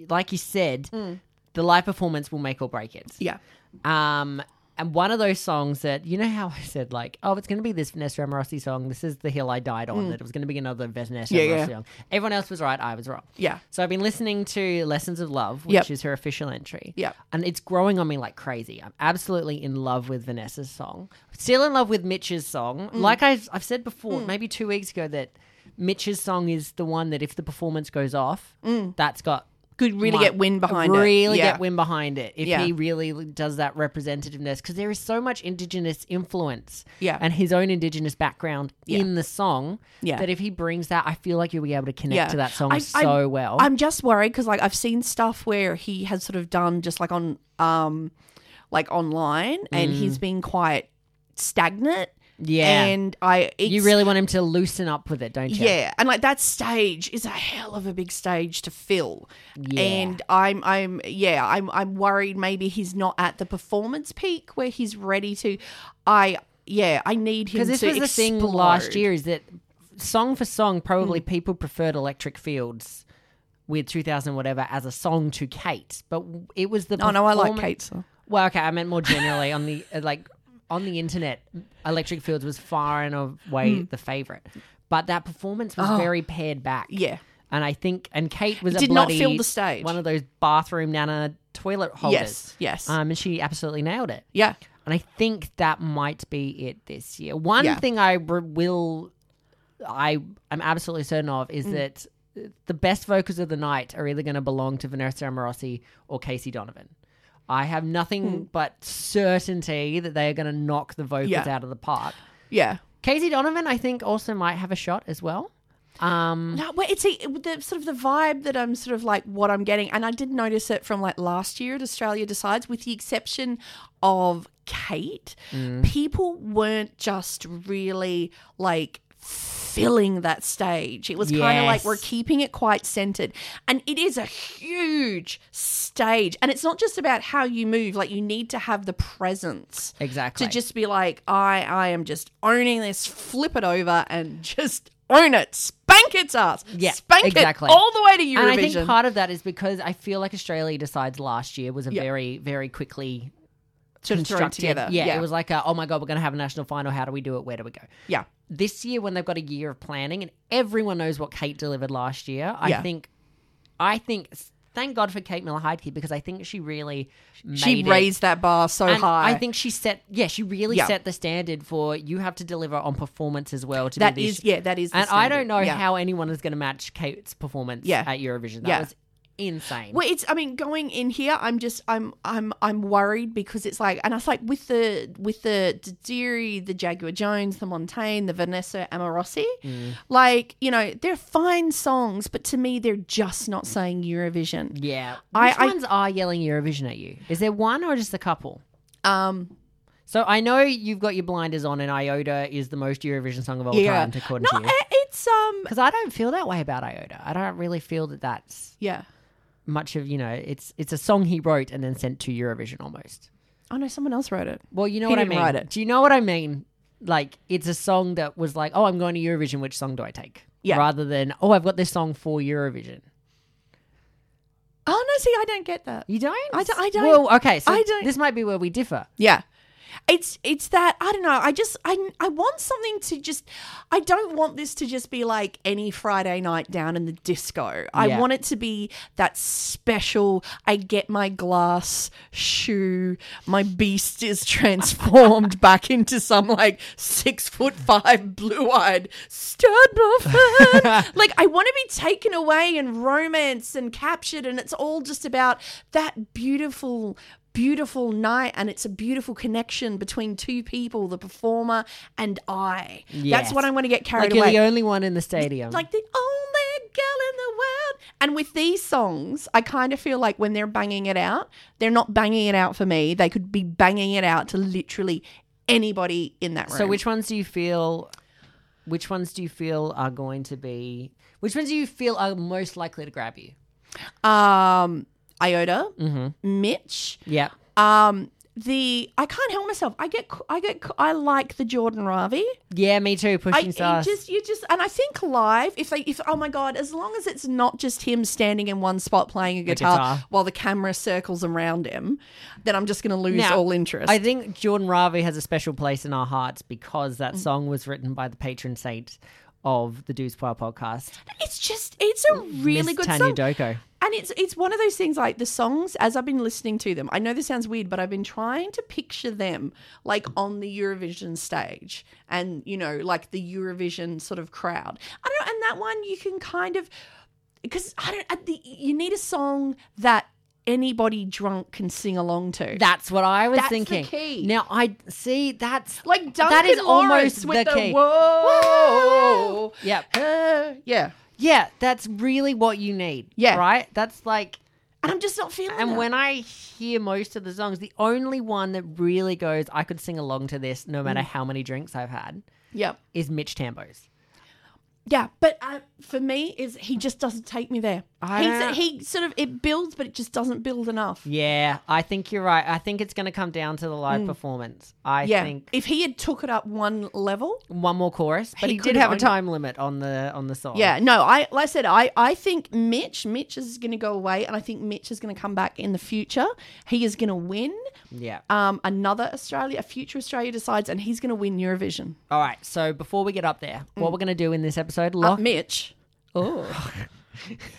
S2: like you said,
S3: Mm.
S2: the live performance will make or break it.
S3: yeah.
S2: Um, and one of those songs that you know how I said like, oh, it's going to be this Vanessa Amorosi song. This is the hill I died on. That it was going to be another Vanessa
S3: Mm. Yeah,
S2: Amorosi
S3: yeah.
S2: song. Everyone else was right. I was wrong.
S3: Yeah.
S2: So I've been listening to Lessons of Love, which
S3: Yep.
S2: is her official entry.
S3: Yep.
S2: And it's growing on me like crazy. I'm absolutely in love with Vanessa's song. Still in love with Mitch's song.
S3: Mm.
S2: Like I've, I've said before, maybe two weeks ago, that Mitch's song is the one that if the performance goes off,
S3: Mm.
S2: that's got
S3: Could really get wind behind
S2: really
S3: it.
S2: Really
S3: Yeah.
S2: get wind behind it if
S3: Yeah.
S2: he really does that representativeness because there is so much indigenous influence
S3: Yeah.
S2: and his own indigenous background in the song
S3: Yeah.
S2: that if he brings that, I feel like you'll be able to connect
S3: Yeah.
S2: to that song
S3: I-
S2: so
S3: I'm-
S2: well.
S3: I'm just worried because like I've seen stuff where he has sort of done just like on um like online and he's been quite stagnant.
S2: Mm. Yeah.
S3: And I it's,
S2: you really want him to loosen up with it, don't you?
S3: yeah, and like that stage is a hell of a big stage to fill. And I'm I'm yeah, I'm I'm worried maybe he's not at the performance peak where he's ready to I yeah, I need him
S2: Because this
S3: to
S2: was the thing
S3: explode.
S2: last year is that song for song, probably
S3: Hmm.
S2: people preferred Electric Fields with 2000 whatever as a song to Kate, but w- it was the
S3: Oh no, I like
S2: performance-
S3: Kate's. song.
S2: Well, okay, I meant more generally on the <laughs> uh, like on the internet. Electric Fields was far and away
S3: Hmm.
S2: the favorite, but that performance was very pared back.
S3: Oh. Yeah.
S2: and I think and Kate was a
S3: did not
S2: bloody-
S3: fill the stage.
S2: One of those bathroom nana toilet holders.
S3: Yes, yes.
S2: um, and she absolutely nailed it.
S3: Yeah.
S2: And I think that might be it this year. One
S3: Yeah.
S2: thing I re- will, I am absolutely certain of
S3: Mm.
S2: is that the best vocals of the night are either going to belong to Vanessa Amorosi or Casey Donovan. I have
S3: Hmm.
S2: nothing but certainty that they are going to knock the vocals
S3: Yeah.
S2: out of the park.
S3: Yeah.
S2: Casey Donovan, I think, also might have a shot as well. Um,
S3: No, well, it's a, the sort of the vibe that I'm sort of like what I'm getting, and I did notice it from like last year at Australia Decides, with the exception of Kate, people weren't just really like filling that stage. It was kind of like
S2: Yes.
S3: we're keeping it quite centered, and it is a huge stage, and it's not just about how you move. Like you need to have the presence
S2: exactly.
S3: to just be like, I, I am just owning this, flip it over and <laughs> just own it, spank its ass,
S2: Yeah,
S3: spank
S2: exactly.
S3: it all the way to Eurovision.
S2: and I think part of that is because I feel like Australia Decides last year was a
S3: Yeah.
S2: very, very quickly
S3: Sort of thrown
S2: constructed.
S3: together.
S2: Yeah,
S3: Yeah.
S2: it was like, a, oh my God, we're going to have a national final. How do we do it? Where do we go?
S3: yeah,
S2: This year, when they've got a year of planning and everyone knows what Kate delivered last year, I
S3: Yeah.
S2: think, I think, thank God for Kate Miller Heidke because I think she really made
S3: she
S2: it.
S3: raised that bar so
S2: And
S3: high.
S2: I think she set, yeah, she really
S3: Yeah.
S2: set the standard for you have to deliver on performance as well to
S3: that
S2: be this
S3: is, yeah, that is. the
S2: and I don't
S3: standard.
S2: know
S3: Yeah.
S2: how anyone is going to match Kate's performance
S3: Yeah.
S2: at Eurovision. That
S3: Yeah.
S2: was insane.
S3: Well, it's. I mean, going in here, I'm just. I'm. I'm. I'm worried because it's like, and I was like with the with the Didiri, the Jaguar Jones, the Montaigne, the Vanessa Amorosi.
S2: Mm.
S3: Like you know, they're fine songs, but to me, they're just not saying Eurovision.
S2: yeah. Which
S3: I- I-
S2: ones are yelling Eurovision at you? Is there one or just a couple?
S3: Um,
S2: So I know you've got your blinders on, and Iota is the most Eurovision song of all time, according
S3: no,
S2: to you.
S3: i- it's um,
S2: Because I don't feel that way about Iota. I don't really feel that that's
S3: yeah.
S2: much of you know. It's it's a song he wrote and then sent to Eurovision almost.
S3: Oh no, someone else wrote it.
S2: Well, you know
S3: He
S2: what I
S3: didn't
S2: mean.
S3: write it.
S2: Do you know what I mean? Like it's a song that was like, oh, I'm going to Eurovision. Which song do I take?
S3: Yeah.
S2: Rather than oh, I've got this song for Eurovision.
S3: Oh no, see, I don't get that.
S2: You don't?
S3: I don't- I don't-
S2: Well, okay. So
S3: I don't-
S2: This might be where we differ.
S3: Yeah. It's it's that I don't know. I just I I want something to just I don't want this to just be like any Friday night down in the disco. I
S2: Yeah.
S3: want it to be that special I get my glass shoe, my beast is <laughs> transformed back into some like six foot five blue eyed stud muffin.
S2: <laughs>
S3: like I want to be taken away and romance and captured and it's all just about that beautiful beautiful night and it's a beautiful connection between two people the performer and i
S2: Yes.
S3: that's what i'm going to get carried
S2: Like you're
S3: away
S2: the only one in the stadium.
S3: like the only girl in the world and with these songs i kind of feel like when they're banging it out they're not banging it out for me they could be banging it out to literally anybody in that room
S2: so, which ones do you feel? Which ones do you feel are going to be? Which ones do you feel are most likely to grab you?
S3: um iota
S2: Mm-hmm.
S3: mitch
S2: Yeah.
S3: um the i can't help myself i get i get i like the jordan ravi
S2: Yeah, me too.
S3: I
S2: Pushing
S3: you
S2: stars.
S3: just you just and I think live if they if oh my god as long as it's not just him standing in one spot playing a guitar,
S2: guitar.
S3: while the camera circles around him, then I'm just going to lose
S2: Now,
S3: all interest.
S2: I think Jordan Ravi has a special place in our hearts because
S3: Mm.
S2: that song was written by the patron saint of the Deuce Poir podcast,
S3: it's just it's a really
S2: Miss
S3: good
S2: Tanya
S3: song.
S2: Doko.
S3: And it's it's one of those things like the songs as I've been listening to them. I know this sounds weird, but I've been trying to picture them like on the Eurovision stage and you know like the Eurovision sort of crowd. I don't know, and that one you can kind of because I don't at the you need a song that anybody drunk can sing along to.
S2: That's what I was
S3: That's the
S2: thinking.
S3: key.
S2: Now I see that's
S3: like Duncan
S2: that is
S3: Lawrence
S2: almost
S3: with
S2: the
S3: the,
S2: key.
S3: whoa.
S2: Yep.
S3: Uh, yeah.
S2: Yeah, that's really what you need.
S3: Yeah.
S2: Right? That's like
S3: And I'm just not feeling
S2: and
S3: that.
S2: when I hear most of the songs, the only one that really goes I could sing along to this no matter
S3: Mm.
S2: how many drinks I've had
S3: Yep.
S2: is Mitch Tambo's.
S3: Yeah, but uh, for me, is he just doesn't take me there.
S2: I don't-
S3: He's, he sort of it builds, but it just doesn't build enough.
S2: Yeah, I think you're right. I think it's going to come down to the live performance. I
S3: Mm. yeah,
S2: think Mm.
S3: if he had took it up one level,
S2: one more chorus, but he,
S3: He
S2: did
S3: could've
S2: have a
S3: owned it.
S2: time limit on the on the song.
S3: yeah, no, I like I said, I I think Mitch Mitch is going to go away, and I think Mitch is going to come back in the future. He is going to win
S2: Yeah.
S3: um, another Australia, a future Australia decides, and he's going to win Eurovision.
S2: All right. So before we get up there,
S3: Mm.
S2: what we're going to do in this episode,
S3: Uh,
S2: lock,
S3: Mitch, oh, <laughs>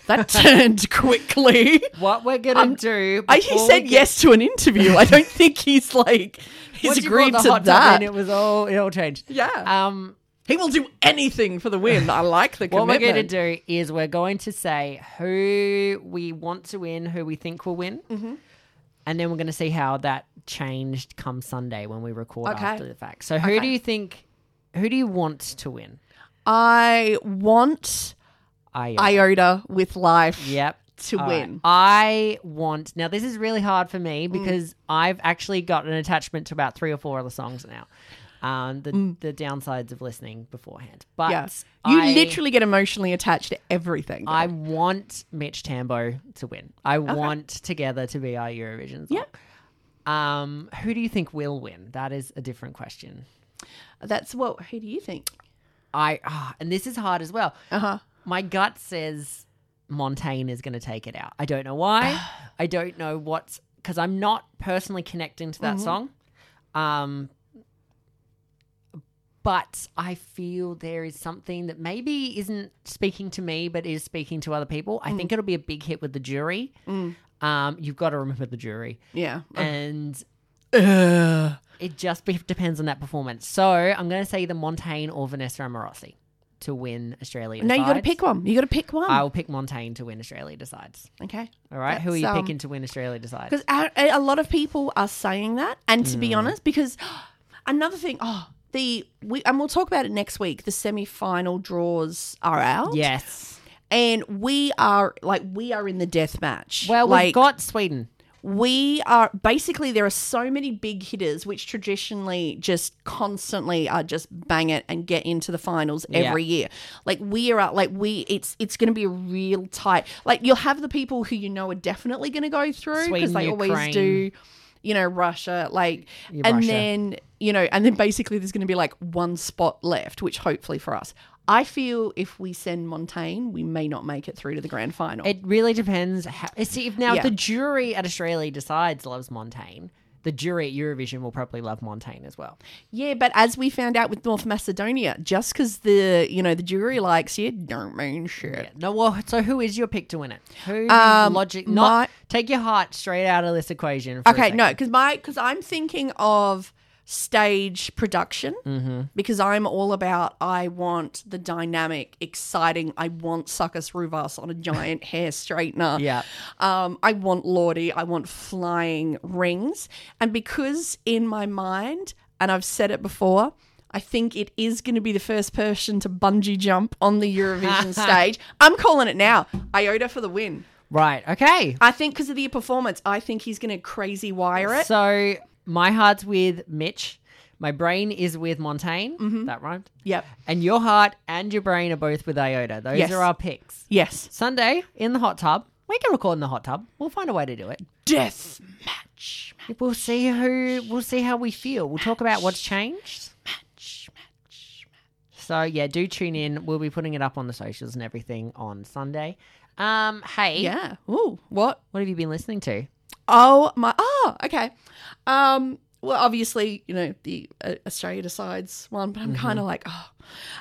S3: that turned
S2: <laughs>
S3: quickly.
S2: what we're going to do
S3: I, um, uh, he
S2: before
S3: said
S2: we get-
S3: yes to an interview. I don't think he's like he's
S2: Once you brought
S3: agreed
S2: the
S3: to
S2: hot tub
S3: that.
S2: in, it was all it all changed.
S3: Yeah.
S2: Um
S3: he will do anything for the win. I like
S2: <laughs>
S3: the
S2: What
S3: commitment.
S2: we're going to do is we're going to say who we want to win, who we think will win,
S3: Mm-hmm.
S2: and then we're going to see how that changed come Sunday when we record
S3: Okay.
S2: after the fact. So, who do you think? Who do you want to win?
S3: I want
S2: I,
S3: Iota with life.
S2: Yep.
S3: To
S2: All right.
S3: win. Mm.
S2: I want now. This is really hard for me because I've actually got an attachment to about three or four other songs now. Um, the the downsides of listening beforehand, but
S3: Mm. Yeah. You
S2: I-
S3: literally get emotionally attached to everything.
S2: I want Mitch Tambo to win. I want Together to be our Eurovision song. Yeah. Um, who do you think will win? That is a different question.
S3: That's what. Who do you think?
S2: I ah, and this is hard as well.
S3: Uh huh.
S2: My gut says Montaigne is going to take it out. I don't know
S3: <sighs>
S2: why. I don't know what's because I'm not personally connecting to
S3: Mm-hmm.
S2: that song. Um, but I feel there is something that maybe isn't speaking to me, but is speaking to other people. I
S3: Mm.
S2: think it'll be a big hit with the jury. Um, you've got to remember the jury,
S3: Yeah.
S2: and
S3: Uh,
S2: it just be- depends on that performance. So I'm going to say either Montaigne or Vanessa Amorosi to win Australia.
S3: no, you got to
S2: Decides.
S3: pick one. You got to pick one.
S2: I will pick Montaigne to win Australia Decides.
S3: okay.
S2: All right, who are
S3: That's,
S2: you
S3: um,
S2: picking to win Australia Decides?
S3: Because a, a lot of people are saying that, and to be
S2: Mm.
S3: honest, because <gasps> another thing, oh, the we, and we'll talk about it next week. The semi-final draws are out.
S2: Yes.
S3: and we are like we are in the death match.
S2: Well,
S3: like,
S2: we've got Sweden.
S3: we are basically there are so many big hitters which traditionally just constantly are just bang it and get into the finals every year like we are like we it's it's going to be a real tight like you'll have the people who you know are definitely going to go through because
S2: Sweden,
S3: they
S2: Ukraine.
S3: always do you know russia like
S2: Yeah,
S3: and
S2: Russia.
S3: then you know and then basically there's going to be like one spot left which hopefully for us i feel if we send montaigne we may not make it through to the grand final
S2: It really depends. How, eh, see, if now if
S3: Yeah.
S2: the jury at Australia Decides loves Montaigne, the jury at Eurovision will probably love Montaigne as well.
S3: Yeah, but as we found out with North Macedonia, just because the you know the jury likes you, don't mean shit.
S2: No, well, so who is your pick to win it? Who
S3: Um,
S2: logic?
S3: my-
S2: Not take your heart straight out of this equation. For a
S3: okay, no,
S2: second.
S3: because my because I'm thinking of stage production because I'm all about I want the dynamic, exciting. I want Suckus Ruvas on a giant hair straightener.
S2: Yeah.
S3: Um, I want Lordy. I want flying rings. And because in my mind, and I've said it before, I think it is going to be the first person to bungee jump on the Eurovision stage. I'm calling it now. Iota for the win.
S2: right? Okay,
S3: I think because of the performance, I think he's going to crazy wire it.
S2: so my heart's with Mitch. My brain is with Montaigne.
S3: Mm-hmm.
S2: That rhymed.
S3: Yep.
S2: And your heart and your brain are both with Iota. Those
S3: Yes.
S2: are our picks.
S3: Yes.
S2: Sunday in the hot tub. We can record in the hot tub. We'll find a way to do it.
S3: Death match.
S2: We'll see who. We'll see how we feel. We'll talk about what's changed.
S3: Match. Match.
S2: So yeah, do tune in. We'll be putting it up on the socials and everything on Sunday. Um, hey,
S3: Yeah. Ooh. What?
S2: what have you been listening to?
S3: Oh my. Oh. Okay. Um. Well, obviously, you know the uh, Australia decides one, but I'm kind of like, oh.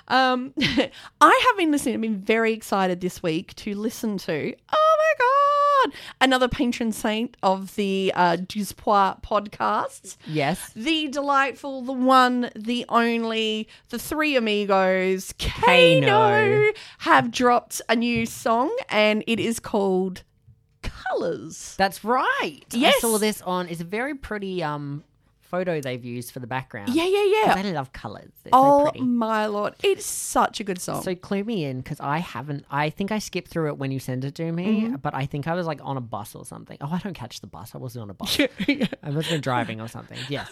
S3: Um. <laughs> I have been listening. I've been very excited this week to listen to. Oh my god! Another patron saint of the uh, Duspois podcasts.
S2: Yes,
S3: the delightful, the one, the only, the three amigos,
S2: Kano.
S3: Kano, have dropped a new song and it is called Colors.
S2: that's right. I
S3: Yes.
S2: saw this on. It's a very pretty um photo they've used for the background.
S3: Yeah, yeah,
S2: I
S3: yeah.
S2: love colors. They're so
S3: Oh
S2: pretty.
S3: my lord. It's such a good song.
S2: So clue me in because I haven't. I think I skipped through it when you sent it to me,
S3: Mm-hmm.
S2: but I think I was like on a bus or something. Oh, I don't catch the bus. I wasn't on a
S3: <laughs>
S2: bus. I must have been driving or something. Yes.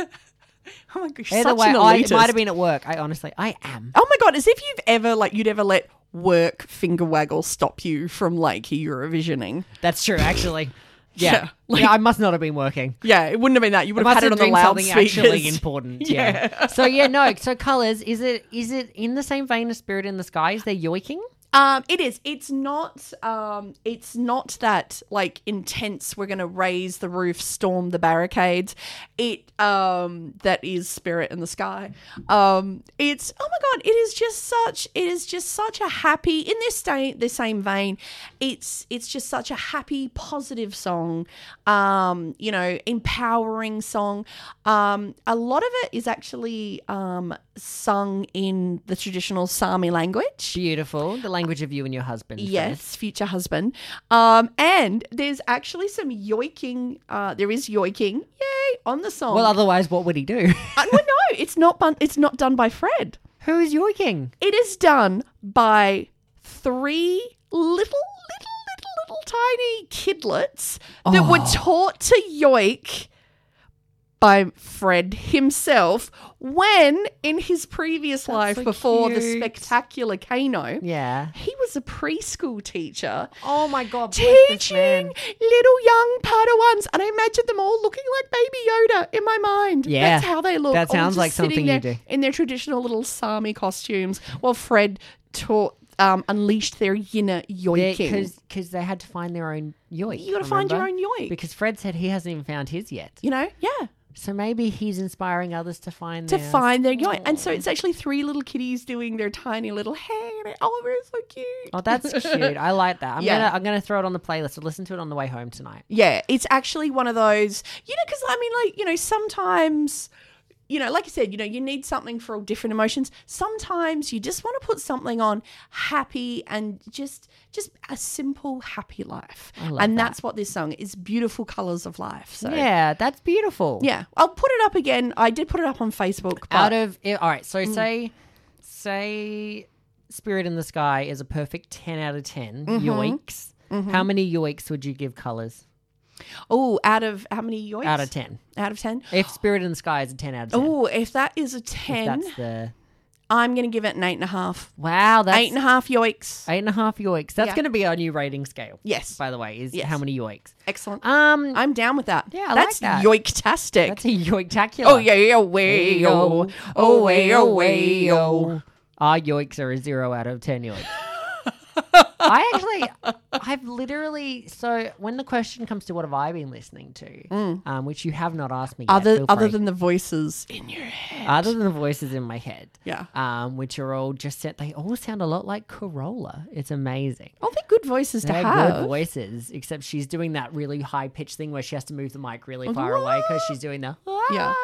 S3: oh my gosh.
S2: Either
S3: <laughs> such
S2: way,
S3: an
S2: I it
S3: elitist.
S2: might have been at work. I honestly, I am.
S3: Oh my god, as if you've ever like you'd ever let work finger waggle stop you from like Eurovisioning.
S2: That's true,
S3: <laughs>
S2: actually. Yeah. Yeah,
S3: Yeah, like-
S2: I must not have been working.
S3: Yeah, it wouldn't have been that. You would
S2: I
S3: have had it on the
S2: doing something
S3: <laughs>
S2: actually
S3: loudspeakers.
S2: important. Yeah. so yeah, no. So colors is it is it in the same vein as Spirit in the Sky? Is there yoiking?
S3: Um, it is. It's not. Um, it's not that like intense. We're gonna raise the roof, storm the barricades. It um, that is spirit in the sky. Um, it's oh my god. It is just such. It is just such a happy in this same the same vein. It's it's just such a happy, positive song. Um, you know, empowering song. Um, a lot of it is actually um sung in the traditional Sami language.
S2: Beautiful. The language of you and your husband. Fran.
S3: Yes, future husband. Um, and there's actually some yoiking. Uh, there is yoiking, yay, on the song.
S2: Well, otherwise, what would he do? <laughs>
S3: Uh, well, no, it's not. Bun- it's not done by Fred.
S2: Who is your king?
S3: It is done by three little, little, little, little tiny kidlets that
S2: Oh.
S3: were taught to yoik by Fred himself when, in his previous life
S2: so
S3: before the
S2: cute.
S3: spectacular Kano,
S2: Yeah.
S3: he was a preschool teacher
S2: Oh my god,
S3: teaching little young Padawans, and I imagine them all looking like Baby Yoda in my mind.
S2: Yeah.
S3: that's how they look.
S2: That
S3: all
S2: sounds
S3: just
S2: like
S3: sitting
S2: something
S3: there
S2: you do.
S3: in their traditional little Sami costumes, while Fred taught um, unleashed their yinner yoiking.
S2: Because they had to find their own yoik.
S3: You got to find your own
S2: remember?
S3: yoik.
S2: Because Fred said he hasn't even found his yet.
S3: you know, yeah,
S2: So maybe he's inspiring others to find
S3: to
S2: theirs.
S3: find their yoink, and so it's actually three little kitties doing their tiny little hey, oh, it's so cute.
S2: Oh,
S3: <laughs>
S2: that's cute. I like that. I'm
S3: Yeah.
S2: gonna I'm gonna throw it on the playlist. I'll listen to it on the way home tonight.
S3: Yeah, it's actually one of those, you know, because I mean, like, you know, sometimes, you know, like I said, you know, you need something for all different emotions. Sometimes you just want to put something on happy and just, just a simple happy life. And
S2: love that.
S3: that's what this song is beautiful colors of life. So, yeah.
S2: Yeah, that's beautiful.
S3: I'll put it up again. I did put it up on Facebook. But Mm.
S2: Out of i- all right, so say say Spirit in the Sky is a perfect ten out of 10
S3: Mm-hmm.
S2: Yoinks. How many yoinks would you give colours
S3: oh, out of how many yoinks?
S2: out of ten?
S3: Out of 10.
S2: If Spirit in the Sky is a ten out of ten,
S3: Oh, if that is a 10,
S2: that's the
S3: I'm going to give it an eight and a half.
S2: wow. That's
S3: Eight and a half yoinks.
S2: eight and a half yoinks. That's
S3: Yeah.
S2: going to be our new rating scale.
S3: Yes.
S2: by the way, is
S3: Yes. Uh,
S2: how many yoinks?
S3: Excellent.
S2: Um,
S3: I'm down with that.
S2: Yeah, I
S3: that's
S2: like that.
S3: yoiktastic.
S2: that's a yoinktacular.
S3: oh yeah, yeah, way oh, oh way oh way oh.
S2: Our yoinks are a zero out of ten
S3: <laughs>
S2: yoinks. I actually, I've literally. So when the question comes to what have I been listening to, um, which you have not asked me, yet,
S3: Mm. Other
S2: feel
S3: other
S2: free.
S3: than the voices in your head.
S2: other than the voices in my head,
S3: Yeah.
S2: um, which are all just set. They all sound a lot like Corolla. It's amazing.
S3: Oh, they're good voices to
S2: They're
S3: have.
S2: good voices, except she's doing that really high pitched thing where she has to move the mic really far away because she's doing the
S3: Yeah.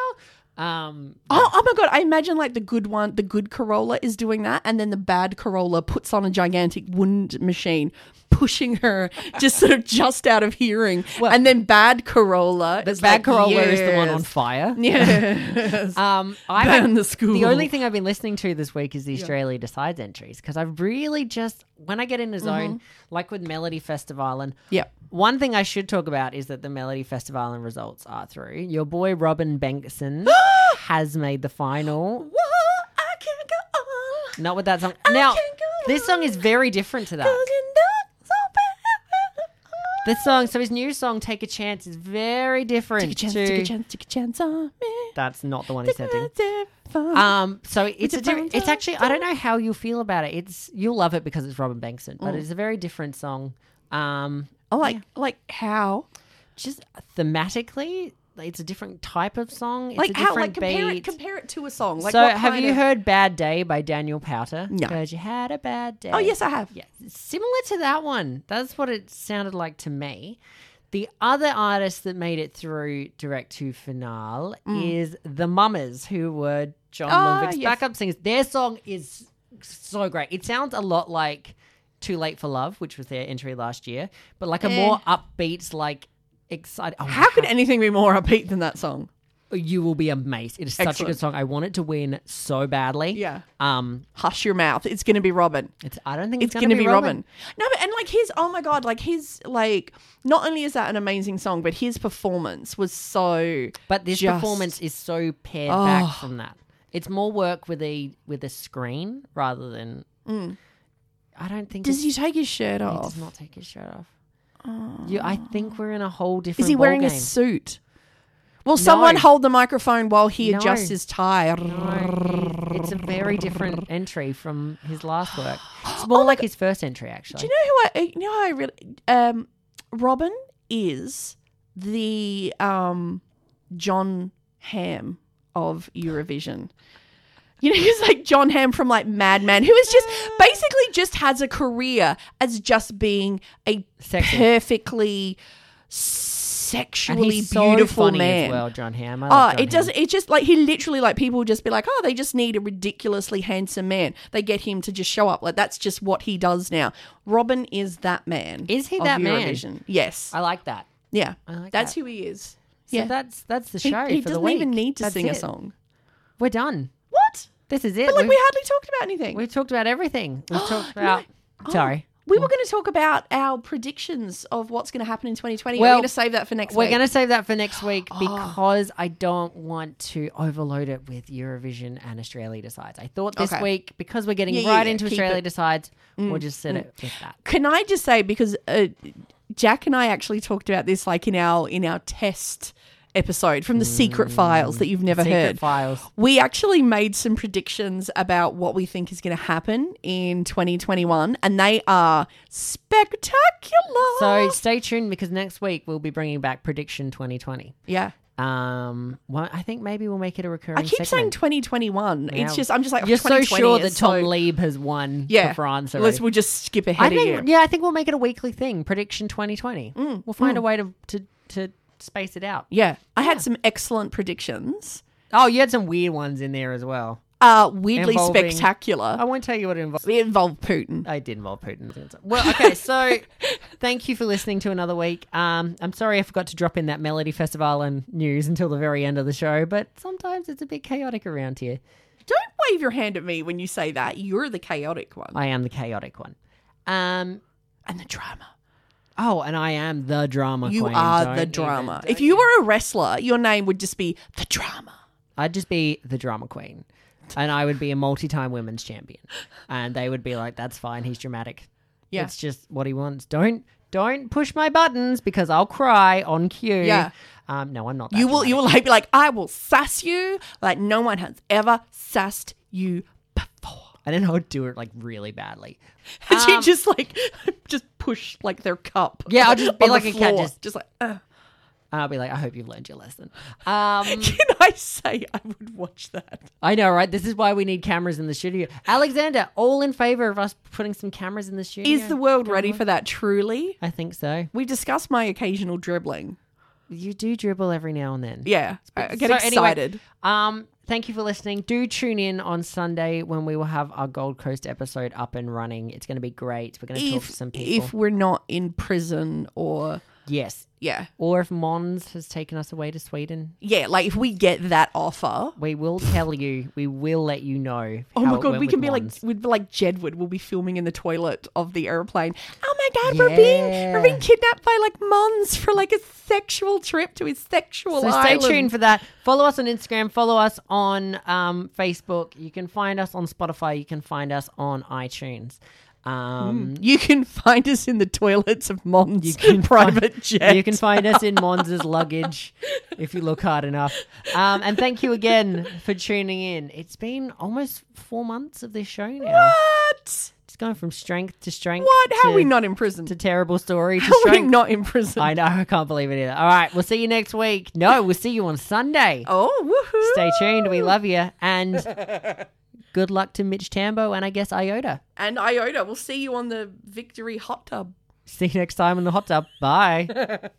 S2: Um,
S3: Oh, oh my god! I imagine like the good one, the good Corolla is doing that, and then the bad Corolla puts on a gigantic wind machine, pushing her <laughs> just sort of just out of hearing. and then bad Corolla,
S2: the
S3: is
S2: bad
S3: like,
S2: Corolla is the one on
S3: "Yes,
S2: fire. <laughs>
S3: Yes,
S2: Um, I
S3: burn the school.
S2: The only thing I've been listening to this week is the Australia Decides entries because I've really just when I get in
S3: Mm-hmm.
S2: a zone, like with Melody Festival, and
S3: Yep.
S2: one thing I should talk about is that the Melody Festival and results are through. Your boy Robin
S3: <gasps>
S2: Bankson has made the final.
S3: Whoa, I can go on.
S2: Not with that song. Now,
S3: can't go
S2: this song is very different to that. This song, so his new song "Take a Chance" is very different.
S3: Take a chance,
S2: to,
S3: take a chance, take a chance on me.
S2: That's not the one he's sending.
S3: Um,
S2: Um, so it's
S3: a
S2: a different. It's
S3: fun
S2: actually I don't know how you'll feel about it. It's you'll love it because it's Robin Bankson,
S3: Mm.
S2: but it's a very different song. Um,
S3: like, like how?
S2: just thematically, it's a different type of song. It's
S3: Like
S2: a
S3: how? Like
S2: different
S3: compare it,
S2: beat.
S3: compare it to a song. Like
S2: so
S3: what
S2: have
S3: kind
S2: you
S3: of-
S2: heard "Bad Day" by Daniel Powter?
S3: No.
S2: Because you had a bad day.
S3: Oh yes, I have.
S2: Yeah, it's similar to that one. That's what it sounded like to me. The other artist that made it through direct to finale is the Mummers, who were John
S3: Mm. Ah,
S2: Lundvik's
S3: yes.
S2: backup singers. Their song is so great. It sounds a lot like "Too Late for Love," which was their entry last year, but like a
S3: Eh.
S2: more upbeat, like exciting. Oh,
S3: How could anything be more upbeat than that song?
S2: you will be amazed? It is such a good
S3: Excellent.
S2: song. I want it to win so badly.
S3: Yeah.
S2: Um.
S3: Hush your mouth. It's gonna be Robin.
S2: It's. I don't think
S3: It's,
S2: it's,
S3: gonna, be Robin. No, but and like his. Oh my god! Like his. Like not only is that an amazing song, but his performance was so.
S2: But this
S3: just- Oh.
S2: performance is so pared back from that. It's more work with a with a screen rather than. I don't think
S3: Mm. Does
S2: it's-
S3: he take his shirt
S2: he
S3: off? Oh.
S2: does not take his shirt off. You, I think we're in a whole different.
S3: Is he wearing a
S2: ballgame.
S3: suit? Will someone hold the microphone while he
S2: No.
S3: adjusts his tie?
S2: No, he- It's a very different
S3: <laughs>
S2: entry from his last
S3: <gasps>
S2: work. It's more like his first entry, actually.
S3: Oh, Do you know who I? eh, You know who I really. Um, Robin is the um, John Ham of Eurovision. You know, <laughs> he's like John Ham from like Mad Men, who is just basically just has a career as just being a
S2: Sexy.
S3: perfectly
S2: and
S3: sexually
S2: he's so
S3: beautiful
S2: funny
S3: man.
S2: as well, John Hamm. I
S3: Oh,
S2: love John
S3: it doesn't. It just like he literally like people just be like, oh, they just need a ridiculously handsome man. They get him to just show up. Like that's just what he does now. Robin is that man.
S2: Is he
S3: of
S2: that man?
S3: Eurovision. Yes.
S2: Hamm. I like that.
S3: yeah.
S2: like
S3: that's
S2: that.
S3: who he is.
S2: So
S3: yeah.
S2: that's that's the
S3: he
S2: show
S3: he
S2: for the
S3: doesn't
S2: week.
S3: even need to
S2: That's
S3: sing a
S2: it.
S3: song.
S2: We're done.
S3: What?
S2: This is it.
S3: But like
S2: We've-
S3: we hardly talked about anything.
S2: We've talked about everything.
S3: <gasps>
S2: We've talked
S3: No.
S2: about.
S3: Oh,
S2: Sorry.
S3: We were going to talk about our predictions of what's going to happen in 2020.
S2: Well,
S3: we're going to save that for next
S2: We're
S3: week.
S2: going to save that for next week
S3: <gasps>
S2: because I don't want to overload it with Eurovision and Australia Decides. I thought this
S3: Okay.
S2: week, because we're getting
S3: Yeah, yeah,
S2: right
S3: yeah.
S2: into
S3: Keep
S2: Australia
S3: it. Mm,
S2: Decides, we'll just set it with that.
S3: Can I just say because uh, Jack and I actually talked about this like in our in our test episode from the secret files that you've never
S2: Mm. Secret
S3: heard.
S2: files.
S3: <gasps> We actually made some predictions about what we think is going to happen in 2021 and they are spectacular.
S2: So stay tuned because next week we'll be bringing back Prediction 2020.
S3: yeah.
S2: Um, well, I think maybe we'll make it a recurring.
S3: I keep saying
S2: segment.
S3: 2021. It's
S2: Now-
S3: just I'm just like
S2: You're so
S3: 2020
S2: sure
S3: is
S2: that Tom
S3: so-
S2: Lieb has won
S3: yeah,
S2: for France. already.
S3: Let's we'll just skip ahead
S2: I
S3: of
S2: think,
S3: you.
S2: yeah, I think we'll make it a weekly thing. Prediction 2020.
S3: Mm,
S2: we'll find a way to, to to space it out.
S3: Yeah. I had some excellent predictions.
S2: Oh, you had some weird ones in there as well.
S3: Uh weirdly
S2: Involving- Oh.
S3: spectacular.
S2: I won't tell you what it involves.
S3: It involved Putin.
S2: I did involve Putin. Well,
S3: <laughs>
S2: okay, so thank you for listening to another week. Um, I'm sorry I forgot to drop in that Melody Festival and news until the very end of the show, but sometimes it's a bit chaotic around here.
S3: Don't wave your hand at me when you say that. You're the chaotic one.
S2: I am the chaotic one. Um,
S3: and the drama.
S2: oh, and I am the drama
S3: You
S2: queen.
S3: are
S2: Don't
S3: the
S2: even-
S3: drama. If you were a wrestler, your name would just be the drama.
S2: I'd just be the drama queen, and I would be a multi-time women's champion, and they would be like, "That's fine. He's dramatic.
S3: Yeah.
S2: It's just what he wants. Don't don't push my buttons because I'll cry on cue.
S3: Yeah.
S2: Um, no, I'm not. That
S3: You will
S2: dramatic.
S3: you will like be like, I will sass you like no one has ever sassed you before. <laughs>
S2: And then I would do it like really badly.
S3: And she just like <laughs> just push like their cup.
S2: Um, Yeah, I'll just be
S3: <laughs> on the
S2: like a cat,
S3: floor.
S2: just- <laughs>
S3: like uh.
S2: I'll be like, I hope you've learned your lesson. Um,
S3: Can I say I would watch that?
S2: I know, right? This is why we need cameras in the studio. Alexander, all in favor of us putting some cameras in the studio?
S3: Is the world ready for that truly?
S2: I think so.
S3: We discussed my occasional dribbling.
S2: You do dribble every now and then.
S3: Yeah. I I get
S2: So anyway,
S3: excited.
S2: um, thank you for listening. Do tune in on Sunday when we will have our Gold Coast episode up and running. It's going to be great. We're going to talk to some people.
S3: if we're not in prison or
S2: yes.
S3: yeah
S2: Or if Mons has taken us away to Sweden,
S3: yeah like if we get that offer
S2: we will tell you. We will let you know.
S3: oh
S2: how
S3: my
S2: it
S3: god
S2: went
S3: we
S2: with
S3: can be
S2: Mons.
S3: like we'd be like jedward we'll be filming in the toilet of the airplane oh my god we're being we're being
S2: Yeah.
S3: kidnapped by like mons for like a sexual trip to his sexual
S2: So stay
S3: island
S2: tuned for that. Follow us on Instagram. Follow us on um, Facebook. You can find us on Spotify. You can find us on iTunes. Um,
S3: you can find us in the toilets of mons
S2: can
S3: private
S2: <laughs>
S3: jet
S2: You can find us in Mons's luggage if you look hard enough. Um, and thank you again for tuning in. It's been almost four months of this show now.
S3: what
S2: It's going from strength to strength.
S3: what how
S2: to,
S3: are we not in prison
S2: to terrible story to
S3: how are we
S2: strength?
S3: not in prison
S2: I know. I can't believe it either. All right, we'll see you next week. No, we'll see you on Sunday.
S3: oh woohoo
S2: Stay tuned. We love you. And
S3: <laughs>
S2: good luck to Mitch Tambo and I guess Iota.
S3: and iota we'll see you on the victory hot tub
S2: See you next time in the hot tub. Bye.